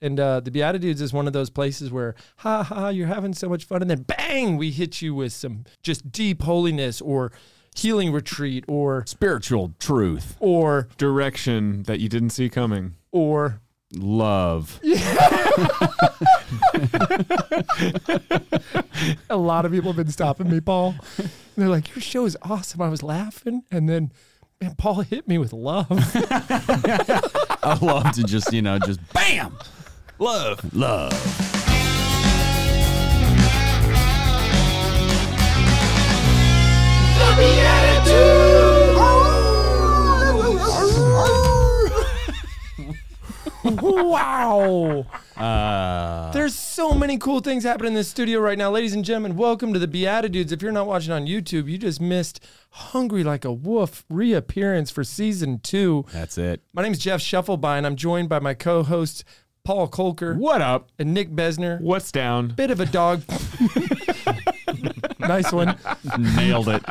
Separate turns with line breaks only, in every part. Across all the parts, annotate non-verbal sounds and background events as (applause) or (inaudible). And uh, the Beatitudes is one of those places where, ha ha, you're having so much fun. And then bang, we hit you with some just deep holiness or healing retreat or,
Spiritual truth.
or,
Direction that you didn't see coming.
or.
Love.
A lot of people have been stopping me, Paul. And they're like, your show is awesome. I was laughing. And then, man, Paul hit me with love.
I love to just, you know, just bam. Love. Love.
wow.
Uh,
There's so many cool things happening in this studio right now. Ladies and gentlemen, welcome to the Beatitudes. If you're not watching on YouTube, you just missed Hungry Like a Wolf reappearance for season two.
that's it.
My name is Jeff Shufflebine. I'm joined by my co hosts, Paul Kolker
What up?
and Nick Besner.
What's down?
Bit of a dog. (laughs) nice one.
Nailed it.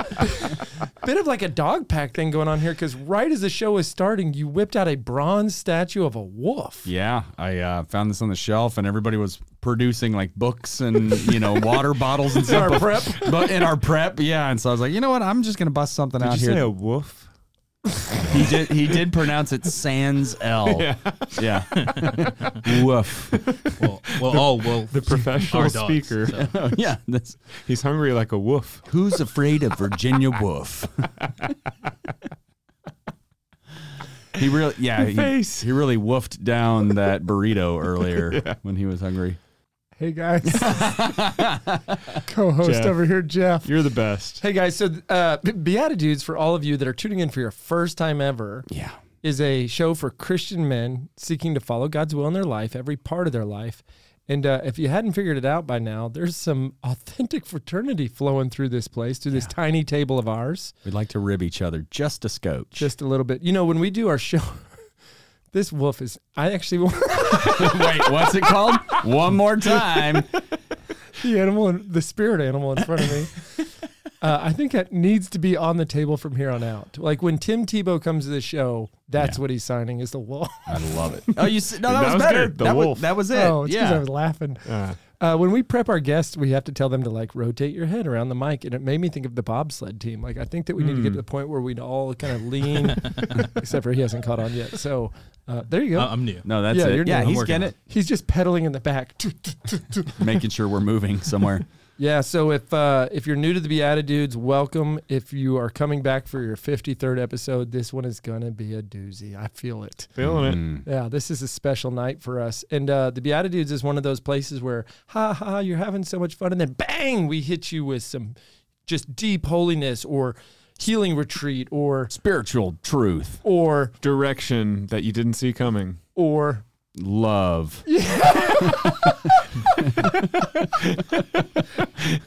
Bit of like a dog pack thing going on here because right as the show is starting, you whipped out a bronze statue of a wolf.
Yeah, I uh, found this on the shelf, and everybody was producing like books and you
(laughs)
know water bottles and stuff.
our
but-
prep.
but in our prep, yeah. And so I was like, you know what? I'm just gonna bust something out here.
woof?
he did. He did pronounce it Sans L.
(laughs)
Yeah. Woof.
Well, well all wolves.
The professional
are dogs,
speaker.
so.
yeah. That's,
He's hungry like a woof.
who's afraid of Virginia Woof? he really, yeah. He,
face.
he really woofed down that burrito earlier
(laughs)
when he was hungry.
Hey, (laughs) guys. co host
Jeff.
over here, Jeff.
You're the best.
Hey guys, so uh, Beatitudes for all of you that are tuning in for your first time ever
Yeah.
is a show for Christian men seeking to follow God's will in their life, every part of their life. And uh, if you hadn't figured it out by now, there's some authentic fraternity flowing through this place, through this tiny table of ours.
We'd like to rib each other just a scotch.
Just a little bit, you know, when we do our show, (laughs) this wolf is. I actually
Wait, what's it called? (laughs) One more time.
(laughs) the animal and the spirit animal in front of me. Uh, I think that needs to be on the table from here on out. Like when Tim Tebow comes to the show, that's what he's signing is the wolf.
I love it. Oh, you s- no, that,
That
was,
was
better.
good. The
that
wolf.
was that was it. (laughs)
Oh, it's because I
yeah.
was laughing.
Uh,
Uh, when we prep our guests, we have to tell them to like rotate your head around the mic, and it made me think of the bobsled team. Like I think that we need to get
Hmm.
to the point where we'd all kind of
(laughs)
lean, except for he hasn't caught on yet. So uh, there you go.
Uh, I'm new.
No, that's
Yeah,
it.
you're
yeah,
doing-
he's
I'm
getting
working
He's just pedaling in the back.
it, making sure we're moving somewhere.
yeah. So if uh, if you're new to the Beatitudes, welcome. If you are coming back for your 53rd episode, this one is gonna be a doozy. I feel it.
feeling it.
Mm.
Yeah, this is a special night for us. And uh, the Beatitudes is one of those places where, ha ha, you're having so much fun. And then bang, we hit you with some just deep holiness or healing retreat or,
Spiritual truth,
or,
Direction that you didn't see coming.
or.
love.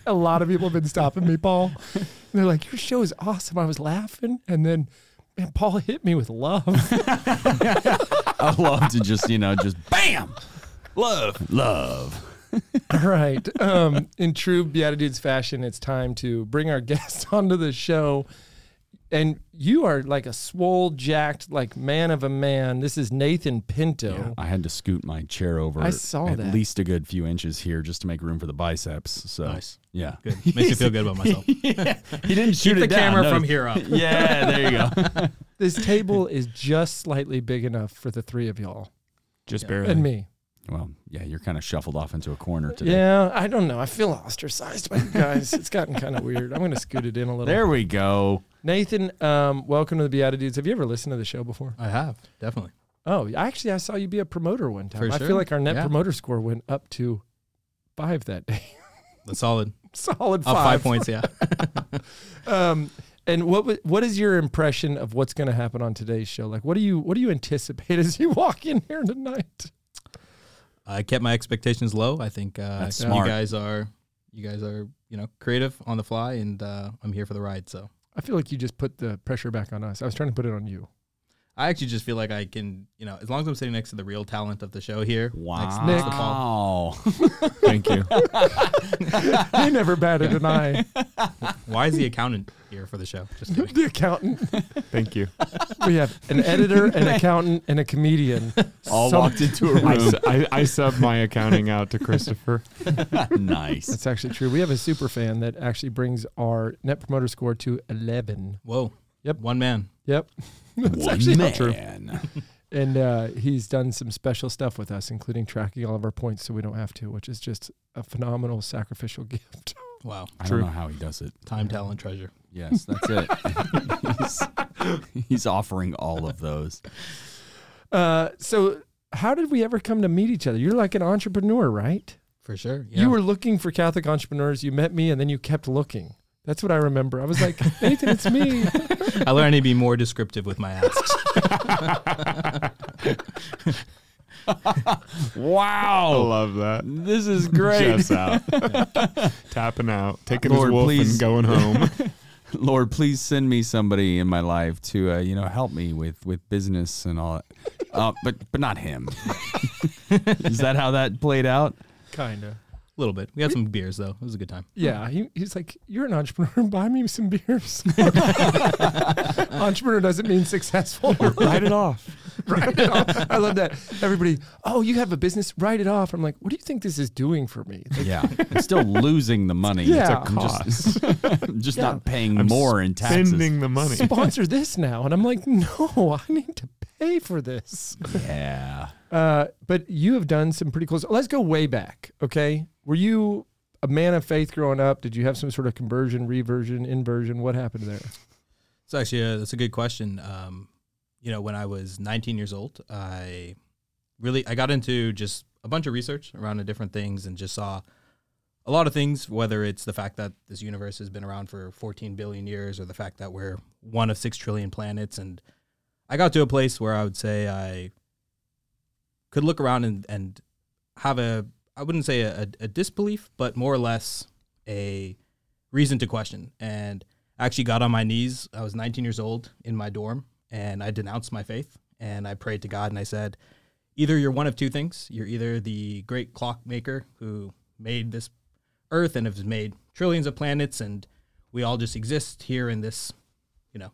A lot of people have been stopping me, Paul. And they're like, your show is awesome. I was laughing. And then, man, Paul hit me with love.
I love to just you know just bam, love, love.
All right. Um, in true Beatitudes fashion, it's time to bring our (laughs) guest onto the show. And you are like a swole, jacked, like man of a man. This is Nathan Pinto.
I had to scoot my chair over.
I saw
at
that.
least a good few inches here just to make room for the biceps. So
Nice.
Yeah, (laughs)
Good. Makes me feel good about myself.
he didn't shoot
Keep the
it down,
camera
no.
from here up.
(laughs) Yeah, there you go. (laughs)
this table is just slightly big enough for the three of y'all
Just
Yeah.
barely.
and me.
well, yeah, you're kind of shuffled off into a corner today.
Yeah, I don't know. I feel ostracized by you guys. it's gotten kind of weird. I'm going to scoot it in a little.
There we go.
Nathan, um, welcome to the Beatitudes. Have you ever listened to the show before?
I have definitely.
Oh, actually, I saw you be a promoter one time.
For
I
sure.
feel like our net
Yeah.
promoter score went up to five that day. (laughs)
That's solid.
Solid
Up
five.
five points. Yeah. (laughs)
Um, and what wa- what is your impression of what's going to happen on today's show? Like, what do you what do you anticipate (laughs) as you walk in here tonight?
I kept my expectations low. I think uh,
That's smart.
you guys are you guys are you know creative on the fly, and uh, I'm here for the ride. So
(laughs) I feel like you just put the pressure back on us. I was trying to put it on you.
I actually just feel like I can, you know, as long as I'm sitting next to the real talent of the show here. next-
Wow.
Nick.
next to Paul.
(laughs) Thank you.
He never batted an (laughs) eye.
Why is the accountant here for the show?
(laughs)
Just kidding.
The accountant.
Thank you.
We have an editor, (laughs) an accountant, and a comedian. (laughs)
All
Some-
walked into a
(laughs) I,
room.
su- I, I sub my accounting out to Christopher.
(laughs) nice.
That's actually true. We have a super fan that actually brings our net promoter score to 11.
Whoa.
Yep.
One man.
Yep. (laughs) That's
One
actually
man.
not true. And uh, he's done some special stuff with us, including tracking all of our points so we don't have to, which is just a phenomenal sacrificial (laughs) gift.
Wow.
I
True.
don't know how he does it.
Time, talent, treasure.
Yes, that's it. (laughs) he's, he's offering all of those.
Uh, so, how did we ever come to meet each other? You're like an entrepreneur, right?
For sure.
You were looking for Catholic entrepreneurs. You met me, and then you kept looking. That's what I remember. I was like, Nathan, it's
(laughs)
me.
I learned to be more descriptive with my asks.
Wow. I love that.
This (laughs) is great.
Jeff's out. (laughs) Tapping out. Taking
Lord,
his wolf
please.
and going (laughs) home.
Lord, please send me somebody in my life to uh, you know help me with with business and all. That. Uh, but but not him. (laughs) is that how that played out?
Kinda.
A little bit. We had some beers though. It was a good time.
Yeah, he, he's like, you're an entrepreneur. (laughs) Buy me some beers.
(laughs)
(laughs) entrepreneur doesn't mean successful.
Write it off.
(laughs) write it off. I love that. Everybody, oh, you have a business. Write it off. I'm like, what do you think this is doing for me?
Yeah, I'm still losing the money.
Yeah.
I'm just, (laughs) I'm just
Yeah.
not paying
I'm
more in taxes.
Sending the
(laughs)
money.
Sponsor this now, and I'm like, no, I need to pay for this.
Yeah,
Uh, but you have done some pretty cool. So let's go way back. Okay, were you a man of faith growing up? Did you have some sort of conversion, reversion, inversion? What happened there?
It's actually a, that's a good question. Um, you know, when I was 19 years old, I really I got into just a bunch of research around the different things and just saw a lot of things. Whether it's the fact that this universe has been around for 14 billion years, or the fact that we're one of six trillion planets, and I got to a place where I would say I could look around and and have a I wouldn't say a, a disbelief, but more or less a reason to question and I actually got on my knees. I was 19 years old in my dorm and I denounced my faith and I prayed to God and I said, either you're one of two things. You're either the great clockmaker who made this earth and has made trillions of planets and we all just exist here in this, you know,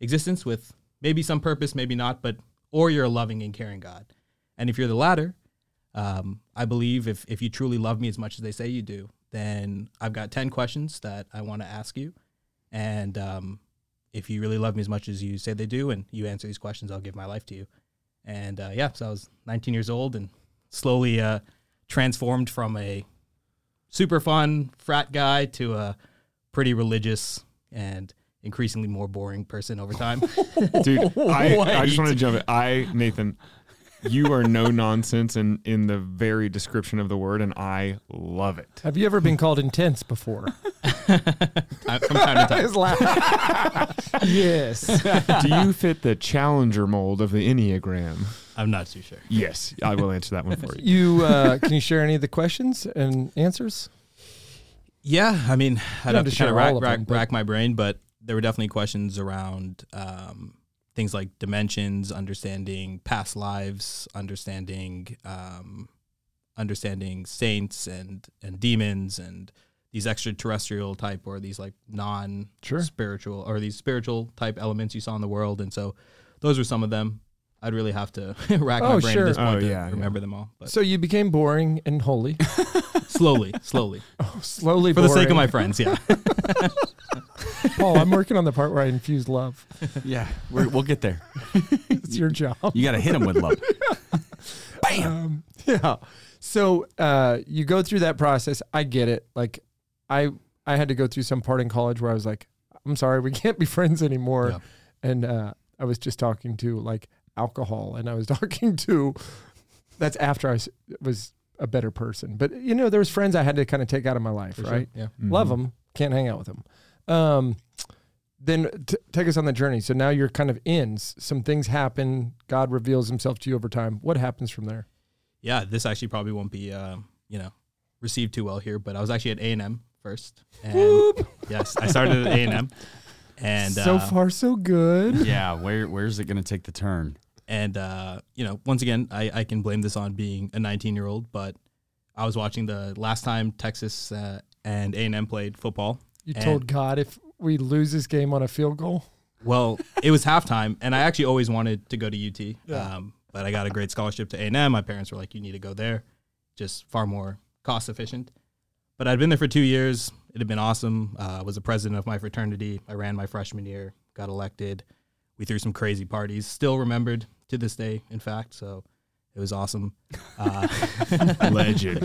existence with maybe some purpose, maybe not, but or you're a loving and caring God. And if you're the latter, um, I believe if, if you truly love me as much as they say you do, then I've got 10 questions that I want to ask you. And um, if you really love me as much as you say they do and you answer these questions, I'll give my life to you. And uh, yeah, so I was 19 years old and slowly uh, transformed from a super fun frat guy to a pretty religious and increasingly more boring person over time.
Dude, I, I just
Wait.
want to jump in. I, Nathan, you are no (laughs) nonsense in, in the very description of the word, and I
(laughs)
love it.
Have you ever been called intense
(laughs)
before?
I- from time to time.
yes.
Do you fit the challenger mold of the Enneagram?
I'm not too sure.
Yes, I will answer that one for
(laughs)
you.
You uh, can you share any of the questions and answers?
Yeah, I mean, I'd
don't have
have to
to
kind
share
of
all
rack,
of
rack,
them, but-
rack my brain, but there were definitely questions around um, things like dimensions, understanding past lives, understanding um, understanding saints and and demons and these extraterrestrial type or these like non spiritual or these spiritual type elements you saw in the world, and so those were some of them. I'd really have to (laughs) rack
Oh,
my brain
sure.
at this point
Oh,
to
yeah, yeah.
remember them all, but
So you became boring and
(laughs)
holy.
slowly,
(laughs)
slowly,
Oh, slowly
for the sake of
boring.
my friends. Yeah,
Paul, I'm working on the part where I infuse love.
(laughs)
(laughs)
yeah. We're, we'll get there.
It's your job.
You got to hit him with love.
Um, yeah. So uh, you go through that process. I get it. Like, I I had to go through some part in college where I was like, I'm sorry, we (laughs) can't be friends anymore.
Yeah.
And uh, I was just talking to like alcohol, and I was (laughs) talking to. That's after I was, was a better person, but you know, there was friends I had to kind of take out of my life,
For sure.
right?
Yeah.
(laughs) love
Mhm.
them can't hang out with them um then t- take us on the journey so now you're kind of in S- some things happen god reveals himself to you over time what happens from there
yeah, this actually probably won't be um, you know received too well here, but I was actually at A and M first. And yes, I started at A and M, And
so
uh,
far, so (laughs) good.
(laughs) yeah, where where's it gonna take the turn?
and uh, you know, once again, I, I can blame this on being a 19 year old, but I was watching the last time Texas uh, and A and M played football.
You
And-
told God if we lose this game on a field goal,
Well, it was halftime, and I actually always wanted to go to UT,
Yeah.
um, but I got a great scholarship to A and M. My parents were like, "You need to go there, just far more cost efficient." But I'd been there for two years. It had been awesome. Uh, I was the president of my fraternity. I ran my freshman year, got elected. We threw some crazy parties. Still remembered to this day, in fact. So it was awesome. Uh,
Legend.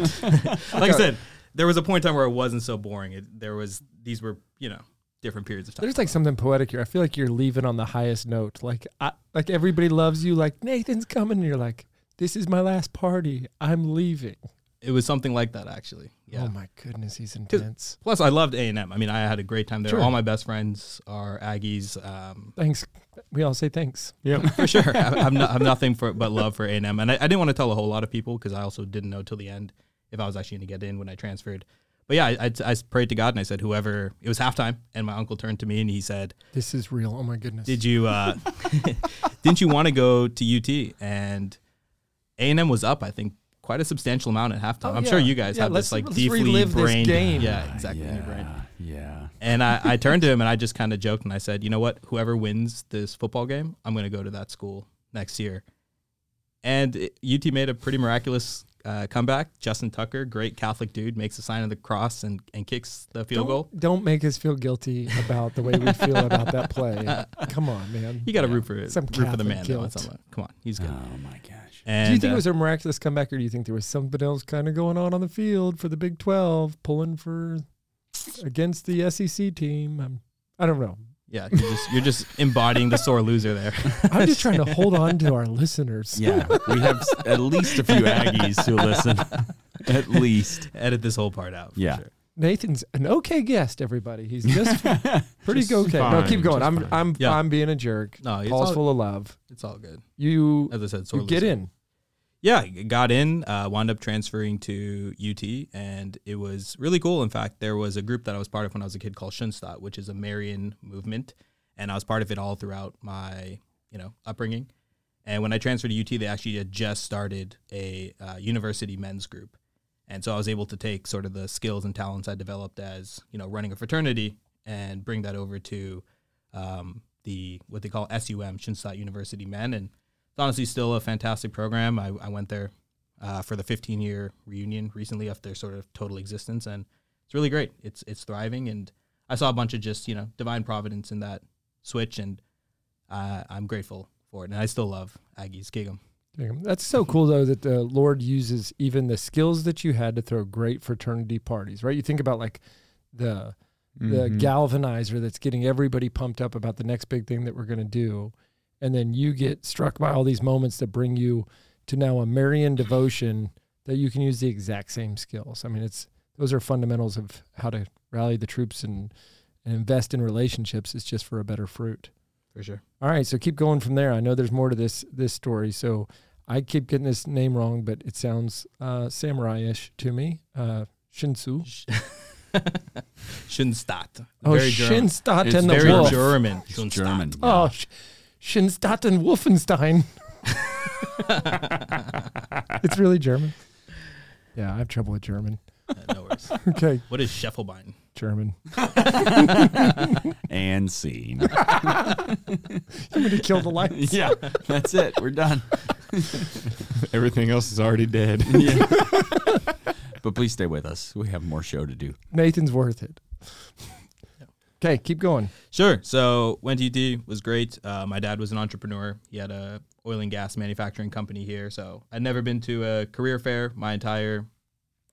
like I said, there was a point in time where it wasn't so boring. It, there was these were you know different periods of time.
there's like something poetic here. I feel like you're leaving on the highest note. Like, I, like everybody loves you. Like Nathan's coming, and you're like, this is my last party. I'm leaving.
It was something like that actually. Yeah.
Oh my goodness, he's intense.
Plus, I loved A and M. I mean, I had a great time there.
Sure.
All my best friends are Aggies.
(laughs)
Um,
Thanks. We all say thanks.
for sure, I, I'm not, I'm nothing for but love for A and M. And I, I didn't want to tell a whole lot of people because I also didn't know till the end if I was actually going to get in when I transferred. But yeah, I, I, I prayed to God and I said, whoever it was halftime, and my uncle turned to me and he said,
(laughs) This is real. Oh my goodness.
did you uh, (laughs) didn't you want to go to UT and A and M was up I think quite a substantial amount at halftime.
Oh,
I'm sure
yeah.
you guys
Yeah,
have
let's-
this like
let's
deeply
relive this
brain
game.
yeah exactly in your brain.
Yeah, yeah.
And I, I turned to him and I just kind of joked and I said, you know what? Whoever wins this football game, I'm going to go to that school next year. And it- UT made a pretty miraculous uh, comeback. Justin Tucker, great Catholic dude, makes the sign of the cross and, and kicks the field
don't,
goal.
Don't make us feel guilty about the way we feel about that
(laughs)
play. Come on, man.
You got to root for
Some
root for the
Catholic
man. Though,
guilt.
it's not- Come on, he's good.
Oh my gosh.
and,
Do you think
uh,
it was a miraculous comeback, or do you think there was something else kind of going on on the field for the Big Twelve, pulling for against the SEC team? I'm, I don't know.
yeah, you're just, you're just embodying the sore loser there.
I'm just trying
(laughs)
to hold on to our listeners.
Yeah, (laughs) we have s- at least a few Aggies who (laughs) listen. at least.
(laughs) Edit this whole part out. For
Yeah.
Sure.
Nathan's an okay guest. Everybody, he's
(laughs)
just pretty
Just
okay. no,
fine,
keep going.
just
I'm
fine.
I'm
Yeah.
I'm being a jerk.
No, it's
Paul's
all,
full of love.
it's all good.
You,
As I said, sore
you get
loser.
in.
yeah, I got in, uh, wound up transferring to UT, and it was really cool. In fact, there was a group that I was part of when I was a kid called Schoenstatt, which is a Marian movement, and I was part of it all throughout my you know upbringing. And when I transferred to UT, they actually had just started a uh, university men's group, and so I was able to take sort of the skills and talents I developed as you know running a fraternity and bring that over to um, the what they call SUM Schoenstatt University Men, and it's honestly still a fantastic program. I, I went there uh, for the 15 year reunion recently after their sort of total existence, and it's really great. It's it's thriving, and I saw a bunch of just you know divine providence in that switch, and uh, I'm grateful for it. And I still love Aggies Gig'em.
Damn, That's so cool, though, that the Lord uses even the skills that you had to throw great fraternity parties, right? You think about like the the
Mm-hmm.
Mhm.
galvanizer that's getting everybody pumped up about the next big thing that we're going to do, and then you get struck by all these moments that bring you to now a Marian devotion that you can use the exact same skills. I mean, it's those are fundamentals of how to rally the troops and and invest in relationships. It's just for a better fruit.
For sure.
All right, so keep going from there. I know there's more to this this story, so I keep getting this name wrong, but it sounds uh, samurai-ish to me. Uh, Shinsu.
Schoenstatt.
Oh,
very German.
Shinstatten
It's
and the
Very
Wolf.
German.
It's
Schoenstatt.
German.
Oh, Sh- Shinstatten (laughs) Wolfenstein. it's really German. Yeah, I have trouble with (laughs) German.
Uh, no worries.
Okay,
What is Scheffelbein?
German.
And scene.
I'm gonna kill the lights.
(laughs) yeah, that's it. We're done.
Everything else is already dead.
(laughs) Yeah. (laughs) but please stay with us. We have more show to do.
(laughs) Nathan's worth (laughs) it. Okay, keep going.
Sure. So went to UT was great. Uh, my dad was an entrepreneur. He had a oil and gas manufacturing company here. So I'd never been to a career fair. My entire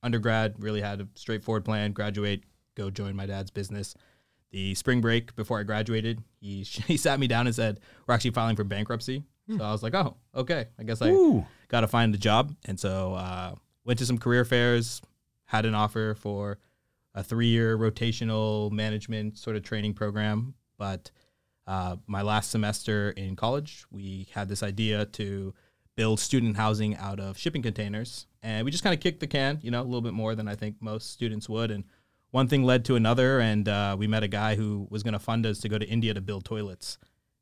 undergrad really had a straightforward plan: graduate, go join my dad's business. The spring break before I graduated, he (laughs) he sat me down and said, "We're actually filing for bankruptcy." So I was like, "Oh, okay. I guess I
Ooh.
got to find a job. And so uh, went to some career fairs, had an offer for a three year rotational management sort of training program. But uh, my last semester in college, we had this idea to build student housing out of shipping containers. And we just kind of kicked the can, you know, a little bit more than I think most students would. And one thing led to another, and uh, we met a guy who was going to fund us to go to India to build toilets.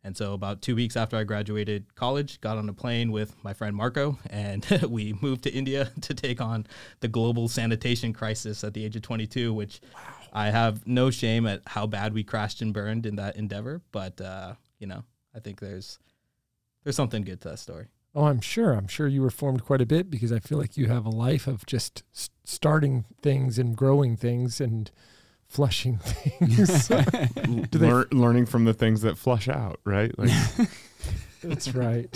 And so, about two weeks after I graduated college, got on a plane with my friend Marco, and (laughs) we moved to India (laughs) to take on the global sanitation crisis at the age of 22. Which I have no shame at how bad we crashed and burned in that endeavor. But uh, you know, I think there's there's something good to that story.
Oh, I'm sure. I'm sure you were formed quite a bit because I feel like you have a life of just s- starting things and growing things and flushing (laughs) things. Do they-
Lear- learning from the things that flush out, right? Like
That's right.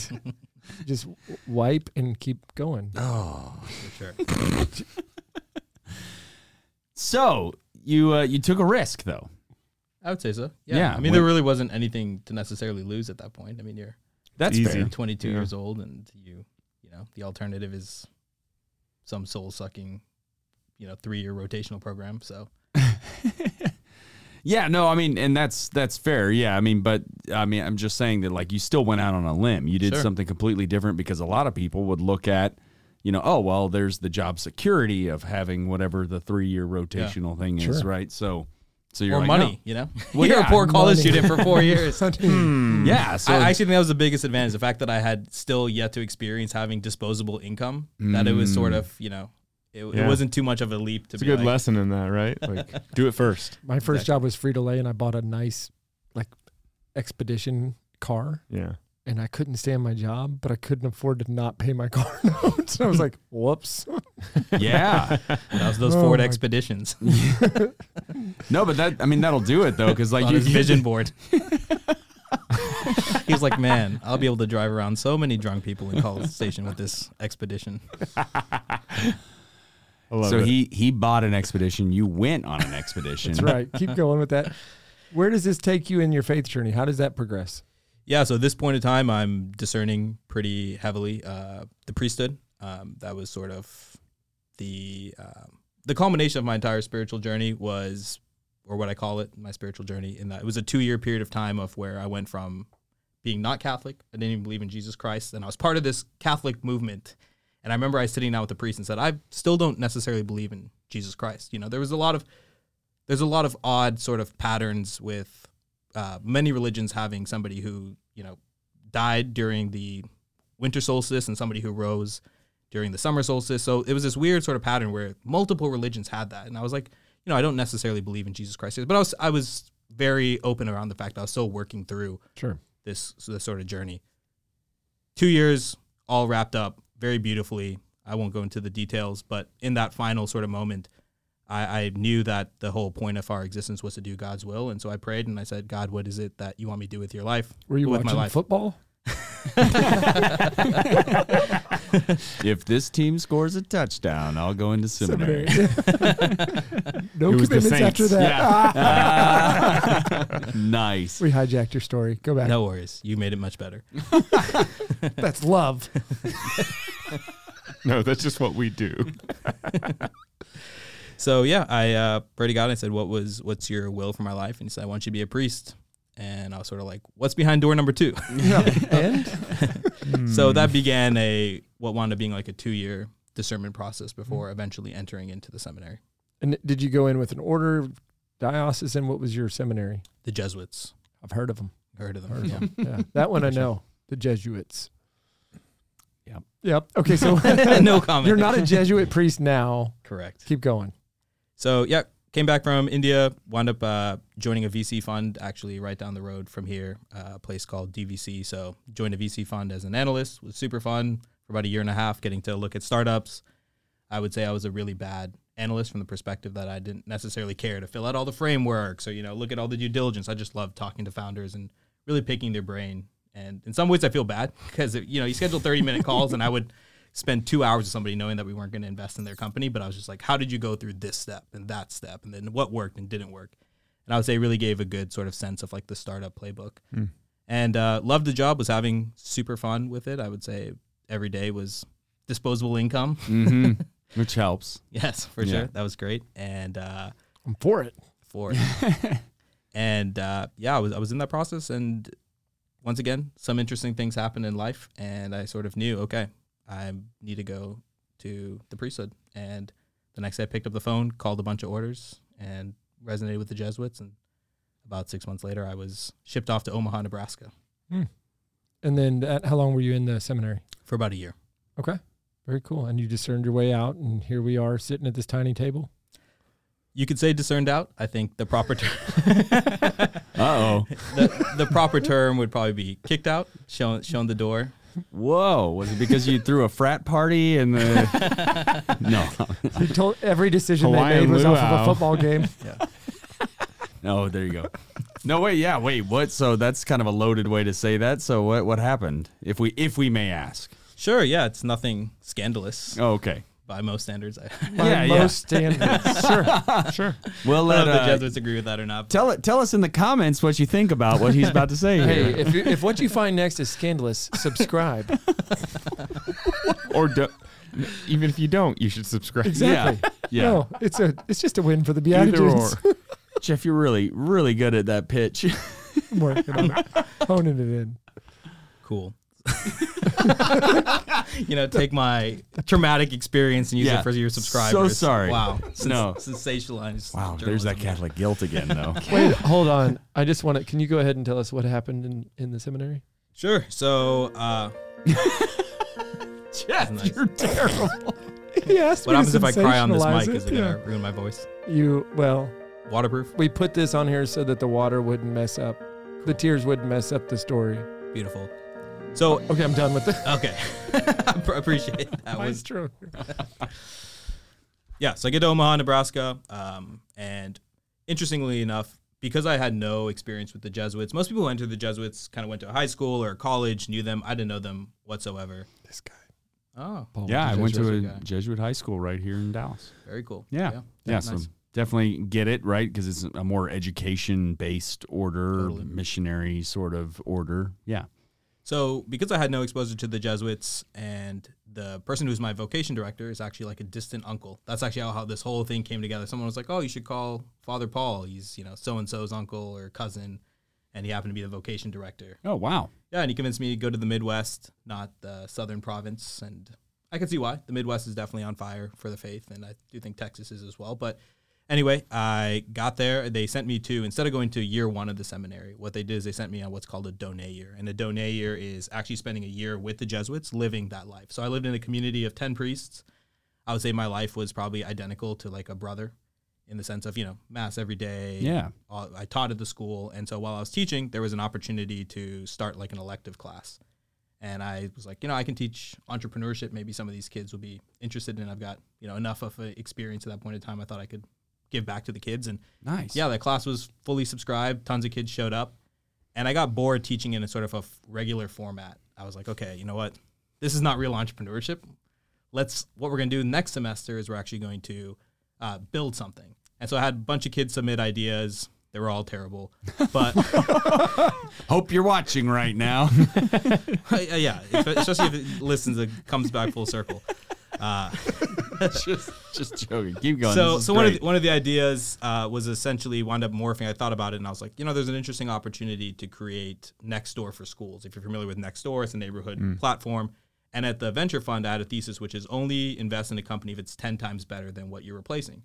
Just w- wipe and keep going.
Oh.
For sure.
So you uh, you took a risk though.
(laughs) I would say so. Yeah.
Yeah,
I mean,
when-
there really wasn't anything to necessarily lose at that point. I mean, you're
That's
Easy.
fair.
22
Yeah.
years old and you, you know, the alternative is some soul sucking, you know, three year rotational program. So
Yeah, no, I mean, and that's that's fair. Yeah, I mean, but I mean, I'm just saying that like you still went out on a limb. You did
Sure.
something completely different because a lot of people would look at, you know, oh well, there's the job security of having whatever the three year rotational thing is,
Sure.
right? So, so you're
or
like,
money, you know,
Well,
you're
yeah,
a poor college
money.
student
(laughs)
for four years.
no.
hmm,
yeah. So
I actually think that was the biggest advantage. The fact that I had still yet to experience having disposable income, that it was sort
Mm.
of, you know, it, it
Yeah.
wasn't too much of a leap to
it's a
be
good
like,
lesson in that, right? Like do it first.
My first job was Frito Lay, and I bought a nice, like, expedition car.
Yeah.
And I couldn't stand my job, but I couldn't afford to not pay my (laughs) car note. I was like,
(laughs)
"Whoops!"
(laughs)
(laughs)
yeah,
that was those
Oh
Ford
my-
expeditions
no, but that I mean that'll do it though, because like
on
you,
his
(laughs)
vision board. (laughs) He's like, man, I'll be able to drive around so many drunk people in College Station with this expedition.
I love
so
it.
he he bought an expedition. You went on
(laughs)
an expedition.
That's right. Keep going with that. Where does this take you in your faith journey? How does that progress?
Yeah, so at this point in time, I'm discerning pretty heavily uh, the priesthood. Um, that was sort of the um, the culmination of my entire spiritual journey was, or what I call it, my spiritual journey. In that it was a two year period of time of where I went from being not Catholic, I didn't even believe in Jesus Christ, and I was part of this Catholic movement. And I remember I was sitting down with the priest and said, I still don't necessarily believe in Jesus Christ. You know, there was a lot of there's a lot of odd sort of patterns with uh, many religions having somebody who you know died during the winter solstice and somebody who rose during the summer solstice. So it was this weird sort of pattern where multiple religions had that, and I was like, you know, I don't necessarily believe in Jesus Christ, but I was I was very open around the fact that I was still working through
Sure.
this this sort of journey. Two years, all wrapped up very beautifully. I won't go into the details, but in that final sort of moment, I, I knew that the whole point of our existence was to do God's will, and so I prayed and I said, "God, what is it that you want me to do with your life?"
Were you
with
watching football?
If this team scores a touchdown, I'll go into seminary.
(laughs)
(laughs)
no
(laughs) It was the
commitments after
Saints.
that.
nice.
We hijacked your story. Go back.
No worries, you made it much better.
That's
(laughs)
love.
(laughs) No, that's just what we do.
So yeah, I uh, prayed to God. And I said, "What was what's your will for my life?" And He said, "I want you to be a priest." And I was sort of like, "What's behind door number two?
and
So
Hmm.
that began a what wound up being like a two year discernment process before eventually entering into the seminary,
and did you go in with an order, diocesan? What was your seminary?
the Jesuits.
I've heard of them.
Heard of them?
Heard of
yeah.
them. Yeah, that one I know. The Jesuits.
Yep.
Yep. Okay, so (laughs)
(laughs) no comment.
you're
(laughs)
not a Jesuit priest now.
correct.
Keep going.
So yeah, came back from India, wound up uh, joining a VC fund actually right down the road from here, uh, a place called DVC. So joined a VC fund as an analyst. Was super fun for about a year and a half, getting to look at startups. I would say I was a really bad analyst from the perspective that I didn't necessarily care to fill out all the framework. So you know, look at all the due diligence. I just love talking to founders and really picking their brain. And in some ways, I feel bad (laughs) because you know you schedule thirty minute calls, and I would spend two hours with somebody knowing that we weren't going to invest in their company. But I was just like, how did you go through this step and that step, and then what worked and didn't work? And I would say really gave a good sort of sense of like the startup playbook. And uh, loved the job. Was having super fun with it. I would say every day was disposable income.
hmm Which helps.
Yes, for
Yeah.
sure. That was great. And uh,
I'm for it.
for and uh, yeah, I was I was in that process, and once again, some interesting things happened in life, and I sort of knew, okay, I need to go to the priesthood. And the next day, I picked up the phone, called a bunch of orders, and resonated with the Jesuits. And about six months later, I was shipped off to Omaha, Nebraska
And then at, how long were you in the seminary?
for about a year.
Okay. Very cool. And you discerned your way out, and here we are sitting at this tiny table.
You could say discerned out. I think the proper term,
Uh oh.
(laughs) the, the proper term would probably be kicked out, shown shown the door.
Whoa. Was it because you threw a frat party and the. (laughs) no.
(laughs) You told every decision they
Hawaiian
made was off of a
luau.
football game.
No, there you go. No, wait. Yeah, wait. What? So that's kind of a loaded way to say that. So what, what happened? If we if we may ask.
Sure, yeah, it's nothing scandalous
Oh, okay.
by most standards. I (laughs) don't
By
Yeah, yeah.
most standards. sure. Sure.
We'll
know if
let
the
uh,
Jesuits agree with that or not. but-
tell it. Tell us in the comments what you think about what he's about to say.
Hey,
here.
if, you- if what you find next is scandalous, subscribe.
Hmm. or do, even if you don't, you should subscribe.
Exactly.
yeah.
No, it's a it's just a win for the
Either
Beatitudes.
or.
Jeff, you're really really good at that pitch. (laughs)
I'm (laughs) working on it. honing it in.
cool. (laughs) you know, take my traumatic experience and use
Yeah.
it for your
So
subscribers.
sorry. (laughs)
Wow.
No.
Sens- Sensationalized.
Wow, there's that
journalism.
Catholic guilt again, though.
(laughs) Wait, hold on. I just want to. Can you go ahead and tell us what happened in, in the (laughs) seminary?
Sure. So,
(laughs)
uh,
Jeff,
Nice.
(laughs) you're terrible.
He asked
what
me to
happens if I cry on this
sensationalize
mic? Is it
Yeah.
gonna ruin my voice?
You well,
Waterproof.
we put this on here so that the water wouldn't mess up, the tears wouldn't mess up the story.
Beautiful. So,
Okay, I'm done with
(laughs)
the
okay, I appreciate that. was
maestro.
yeah, so I get to Omaha, Nebraska, um, and interestingly enough, because I had no experience with the Jesuits, most people who entered the Jesuits kind of went to high school or college, knew them. I didn't know them whatsoever.
This guy.
Oh,
Yeah, I went to a
Jesuit guy.
Jesuit high school right here in Dallas.
very cool.
Yeah. Yeah,
nice.
so definitely get it, right? Because it's a more education based order,
Totally.
missionary sort of order. Yeah.
So, because I had no exposure to the Jesuits, and the person who's my vocation director is actually like a distant uncle. That's actually how, how this whole thing came together. Someone was like, "Oh, you should call Father Paul. He's you know so and so's uncle or cousin," and he happened to be the vocation director.
Oh, wow.
Yeah, and he convinced me to go to the Midwest, not the Southern province, and I can see why. The Midwest is definitely on fire for the faith, and I do think Texas is as well. But anyway, I got there. They sent me to instead of going to year one of the seminary, what they did is they sent me on what's called a donay year, and a donay year is actually spending a year with the Jesuits, living that life. So I lived in a community of ten priests. I would say my life was probably identical to like a brother, in the sense of you know mass every day,
Yeah.
uh, I taught at the school, and so while I was teaching, there was an opportunity to start like an elective class, and I was like, you know, I can teach entrepreneurship. Maybe some of these kids will be interested in. I've got you know enough of an experience at that point in time. I thought I could give back to the kids, and
Nice.
yeah, that class was fully subscribed. Tons of kids showed up, and I got bored teaching in a sort of a f- regular format. I was like, okay, you know what? This is not real entrepreneurship. Let's what we're going to do next semester is we're actually going to uh, build something. And so I had a bunch of kids submit ideas. They were all terrible, but (laughs)
Hope you're watching right now. (laughs)
Uh, yeah, especially if it listens, it comes back full circle. Uh,
just, just joking. Keep going.
So,
This is
so one of,
great.
the, one of the ideas uh, was essentially wound up morphing. I thought about it and I was like, you know, there's an interesting opportunity to create Nextdoor for schools. If you're familiar with Nextdoor, it's a neighborhood
Mm.
platform. And at the venture fund, I had a thesis, which is only invest in a company if it's 10 times better than what you're replacing.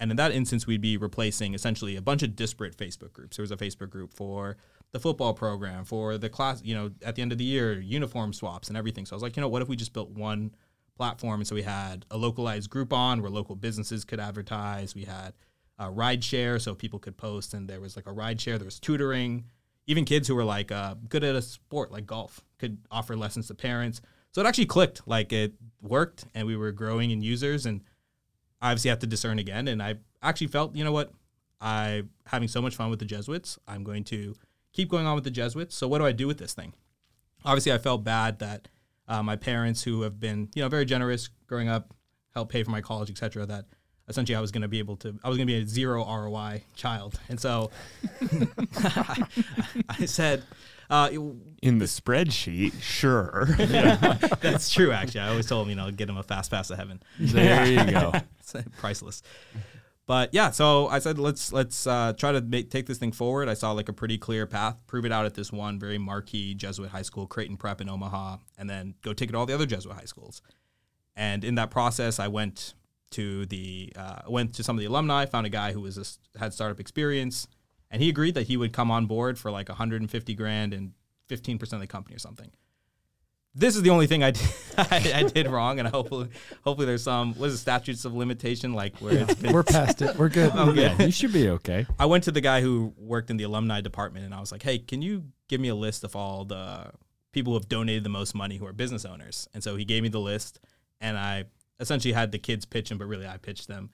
And in that instance, we'd be replacing essentially a bunch of disparate Facebook groups. There was a Facebook group for the football program, for the class, you know, at the end of the year, uniform swaps and everything. So I was like, you know, what if we just built one platform? And so we had a localized Groupon where local businesses could advertise. We had a ride share so people could post, and there was like a ride share. There was tutoring. Even kids who were like uh, good at a sport like golf could offer lessons to parents. So it actually clicked. Like it worked, and we were growing in users and. I obviously have to discern again. And I actually felt, you know what? I having so much fun with the Jesuits. I'm going to keep going on with the Jesuits. So what do I do with this thing? Obviously, I felt bad that uh, my parents, who have been you know very generous growing up, helped pay for my college, etc. That essentially I was going to be able to, I was going to be a zero ROI child. And so (laughs) I said, uh, it-
In the spreadsheet, sure.
that's true. Actually, I always told him, you know, get him a fast pass to heaven.
there you go.
It's (laughs) priceless. But yeah, so I said let's let's uh, try to make, take this thing forward. I saw like a pretty clear path, prove it out at this one very marquee Jesuit high school, Creighton Prep in Omaha, and then go take it to all the other Jesuit high schools. And in that process, I went to the uh, went to some of the alumni, found a guy who was a, s- had startup experience, and he agreed that he would come on board for like 150 grand and 15 percent of the company or something. This is the only thing I (laughs) did, I, I did wrong, and hopefully, hopefully there's some was it statutes of limitation like where it's been
We're past it. We're (laughs)
(laughs)
good.
Yeah, you should be okay.
I went to the guy who worked in the alumni department and I was like, hey, can you give me a list of all the people who have donated the most money who are business owners? And so he gave me the list and I essentially had the kids pitch him, but really I pitched them.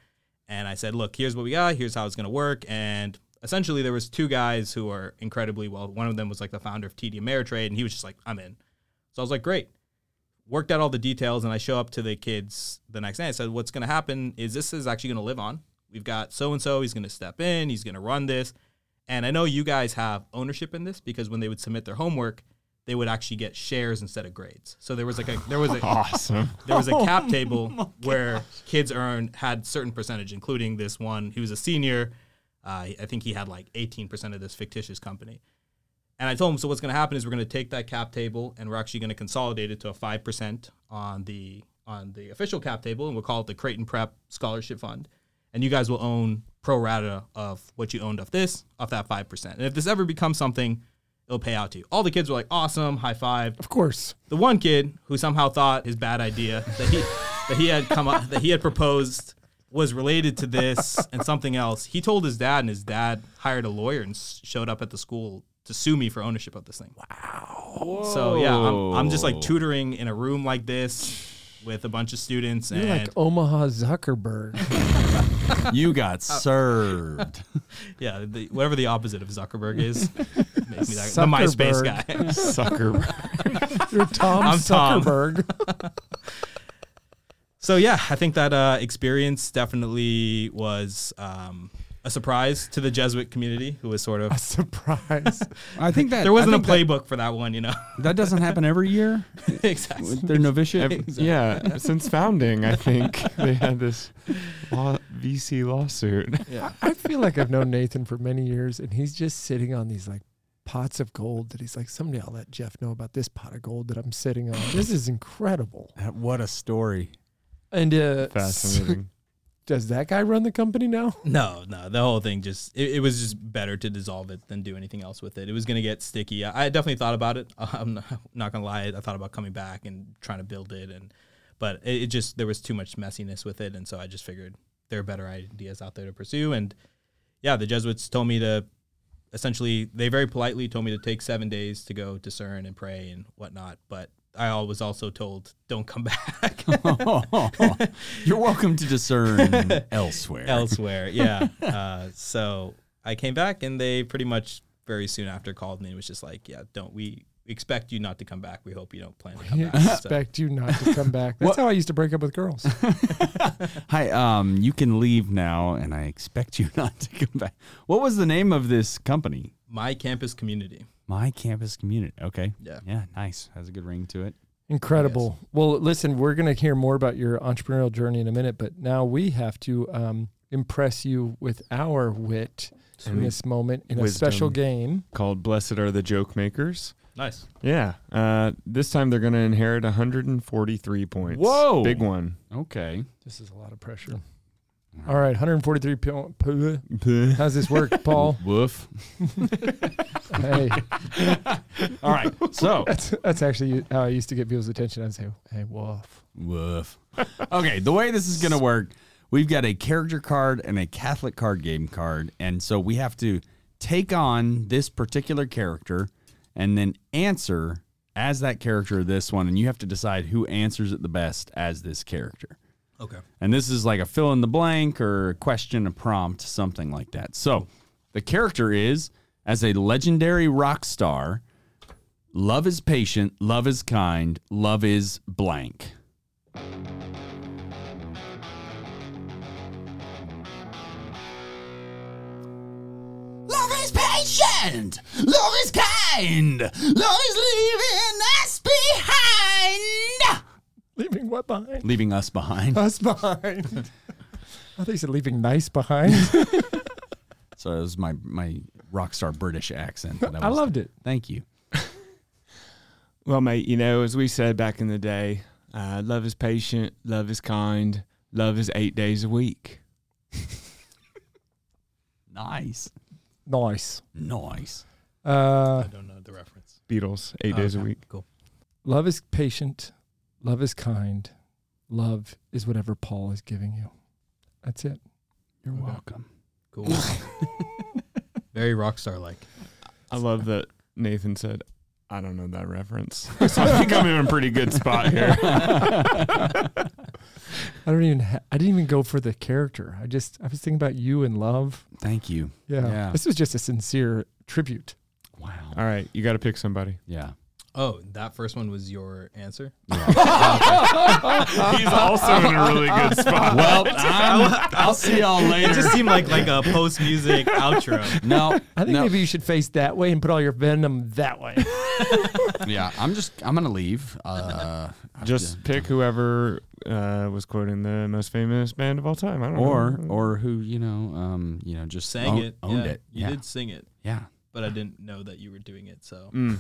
And I said, look, here's what we got, here's how it's going to work. And essentially there was two guys who are incredibly well. One of them was like the founder of TD Ameritrade and he was just like, I'm in. So I was like, great worked out all the details and I show up to the kids the next day. I said, What's going to happen is this is actually going to live on. We've got so and so. He's going to step in. He's going to run this. And I know you guys have ownership in this because when they would submit their homework, they would actually get shares instead of grades. So there was like a there was a
(laughs) Awesome.
there was a cap table where kids earned had certain percentage, including this one. He was a senior. Uh, I think he had like 18% of this fictitious company. And I told him, so what's going to happen is we're going to take that cap table and we're actually going to consolidate it to a 5% on the on the official cap table, and we'll call it the Creighton Prep Scholarship Fund. And you guys will own pro rata of what you owned of this, of that 5%. And if this ever becomes something, it'll pay out to you. All the kids were like, awesome, high five
Of course.
the one kid who somehow thought his bad idea that he that he had come up that he had proposed was related to this and something else. He told his dad, and his dad hired a lawyer and s- showed up at the school to sue me for ownership of this thing. Wow. So yeah, I'm, I'm just like tutoring in a room like this with a bunch of students,
You're
and
like oh. Omaha
(laughs)
Zuckerberg.
You got served.
yeah, the, whatever the opposite of
(laughs)
Zuckerberg is, makes me that, the MySpace
Zuckerberg.
guy.
Sucker.
You're Tom
I'm Tom.
Zuckerberg. (laughs)
So yeah, I think that uh, experience definitely was um, a surprise to the Jesuit community, who was sort of
Surprise.
I think that
there wasn't
I
a
think that-
playbook for that one, you know.
That, doesn't happen every year.
(laughs) exactly.
Their novitiate.
Yeah, since founding, I think they had this law, VC lawsuit. (laughs)
Yeah.
I feel like I've known Nathan for many years, and he's just sitting on these like pots of gold that he's like, someday I'll let Jeff know about this pot of gold that I'm sitting on. This is incredible.
What a (laughs) story.
And uh,
Fascinating.
(laughs) does that guy run the company now?
No, no, the whole thing just it, it was just better to dissolve it than do anything else with it. It was gonna get sticky. I, I definitely thought about it. (laughs) I'm not, not gonna lie, I thought about coming back and trying to build it, and but it, it just there was too much messiness with it, and so I just figured there are better ideas out there to pursue. And yeah, the Jesuits told me to essentially they very politely told me to take seven days to go discern and pray and whatnot, but. I was also told, don't come (laughs) back.
Oh,
(laughs)
You're welcome to discern elsewhere.
elsewhere. Yeah. uh, so I came back, and they pretty much very soon after called me and was just like, "Yeah, don't we expect you not to come back? We hope you don't plan to come
I
back." So-
expect you not to come (laughs) back. That's
What-
how I used to break up with girls.
Hi, um, you can leave now, and I expect you (laughs) not to come back. What was the name of this company?
my campus community.
My Campus Community. Okay.
Yeah.
Yeah, nice. Has a good ring to it.
(laughs) Incredible. Well, listen, we're going to hear more about your entrepreneurial journey in a minute, but now we have to um, impress you with our wit in
And
this moment in a
wisdom.
special game.
Called Blessed Are the Joke Makers.
Nice.
Yeah. Uh, this time they're going to inherit 143 points.
Whoa.
Big one.
Okay.
This is a lot of pressure. All right, 143 po- po-
Woof.
How's this work, Paul?
Woof.
hey,
All right. So,
that's, that's actually how I used to get people's attention. I'd say, hey, woof.
(laughs) woof. Okay. The way this is going to work, we've got a character card and a Catholic card game card. And so we have to take on this particular character and then answer as that character this one. And you have to decide who answers it the best as this character.
Okay.
And this is like a fill in the blank or a question, a prompt, something like that. So the character is as a legendary rock star, love is patient, love is kind, love is blank. Love is patient, love is kind, love is leaving us behind.
Leaving what behind?
Leaving us behind.
Us behind. I thought you said leaving nice behind.
So it was my my rock star British accent. (laughs) That
I
was-
loved it.
Thank you.
Well, mate, you know, as we said back in the day, uh, love is patient, love is kind, Love is eight days a week.
Nice.
Nice.
Nice.
Uh,
I don't know the reference.
Beatles, eight
Eight
days a week.
Cool.
love is patient. Love is kind. Love is whatever Paul is giving you. That's it.
You're
Okay.
(laughs) welcome.
Cool. Very rock star like.
I love that Nathan said, I don't know that reference. so I think I'm in a pretty good spot here.
I don't even. Ha- I didn't even go for the character. I just. I was thinking about you and love.
Thank you.
Yeah.
Yeah.
This was just a sincere tribute.
Wow.
All right, you got to pick somebody.
Yeah.
Oh, that first one was your answer.
He's also in a really good spot.
(laughs) (laughs) Well, i will see y'all later.
seemed like like a post music outro.
no,
I think
no.
maybe you should face that way and put all your venom that way.
(laughs) Yeah, I'm just. I'm gonna leave. Uh, I-
Just pick whoever uh, was quoting the most famous band of all time. I don't
or
know.
or who you know. Um, you know, just
Sang
own-
it.
Owned
yeah.
it.
You
yeah.
did sing it,
Yeah.
but I didn't know that you were doing it. So.
Mm.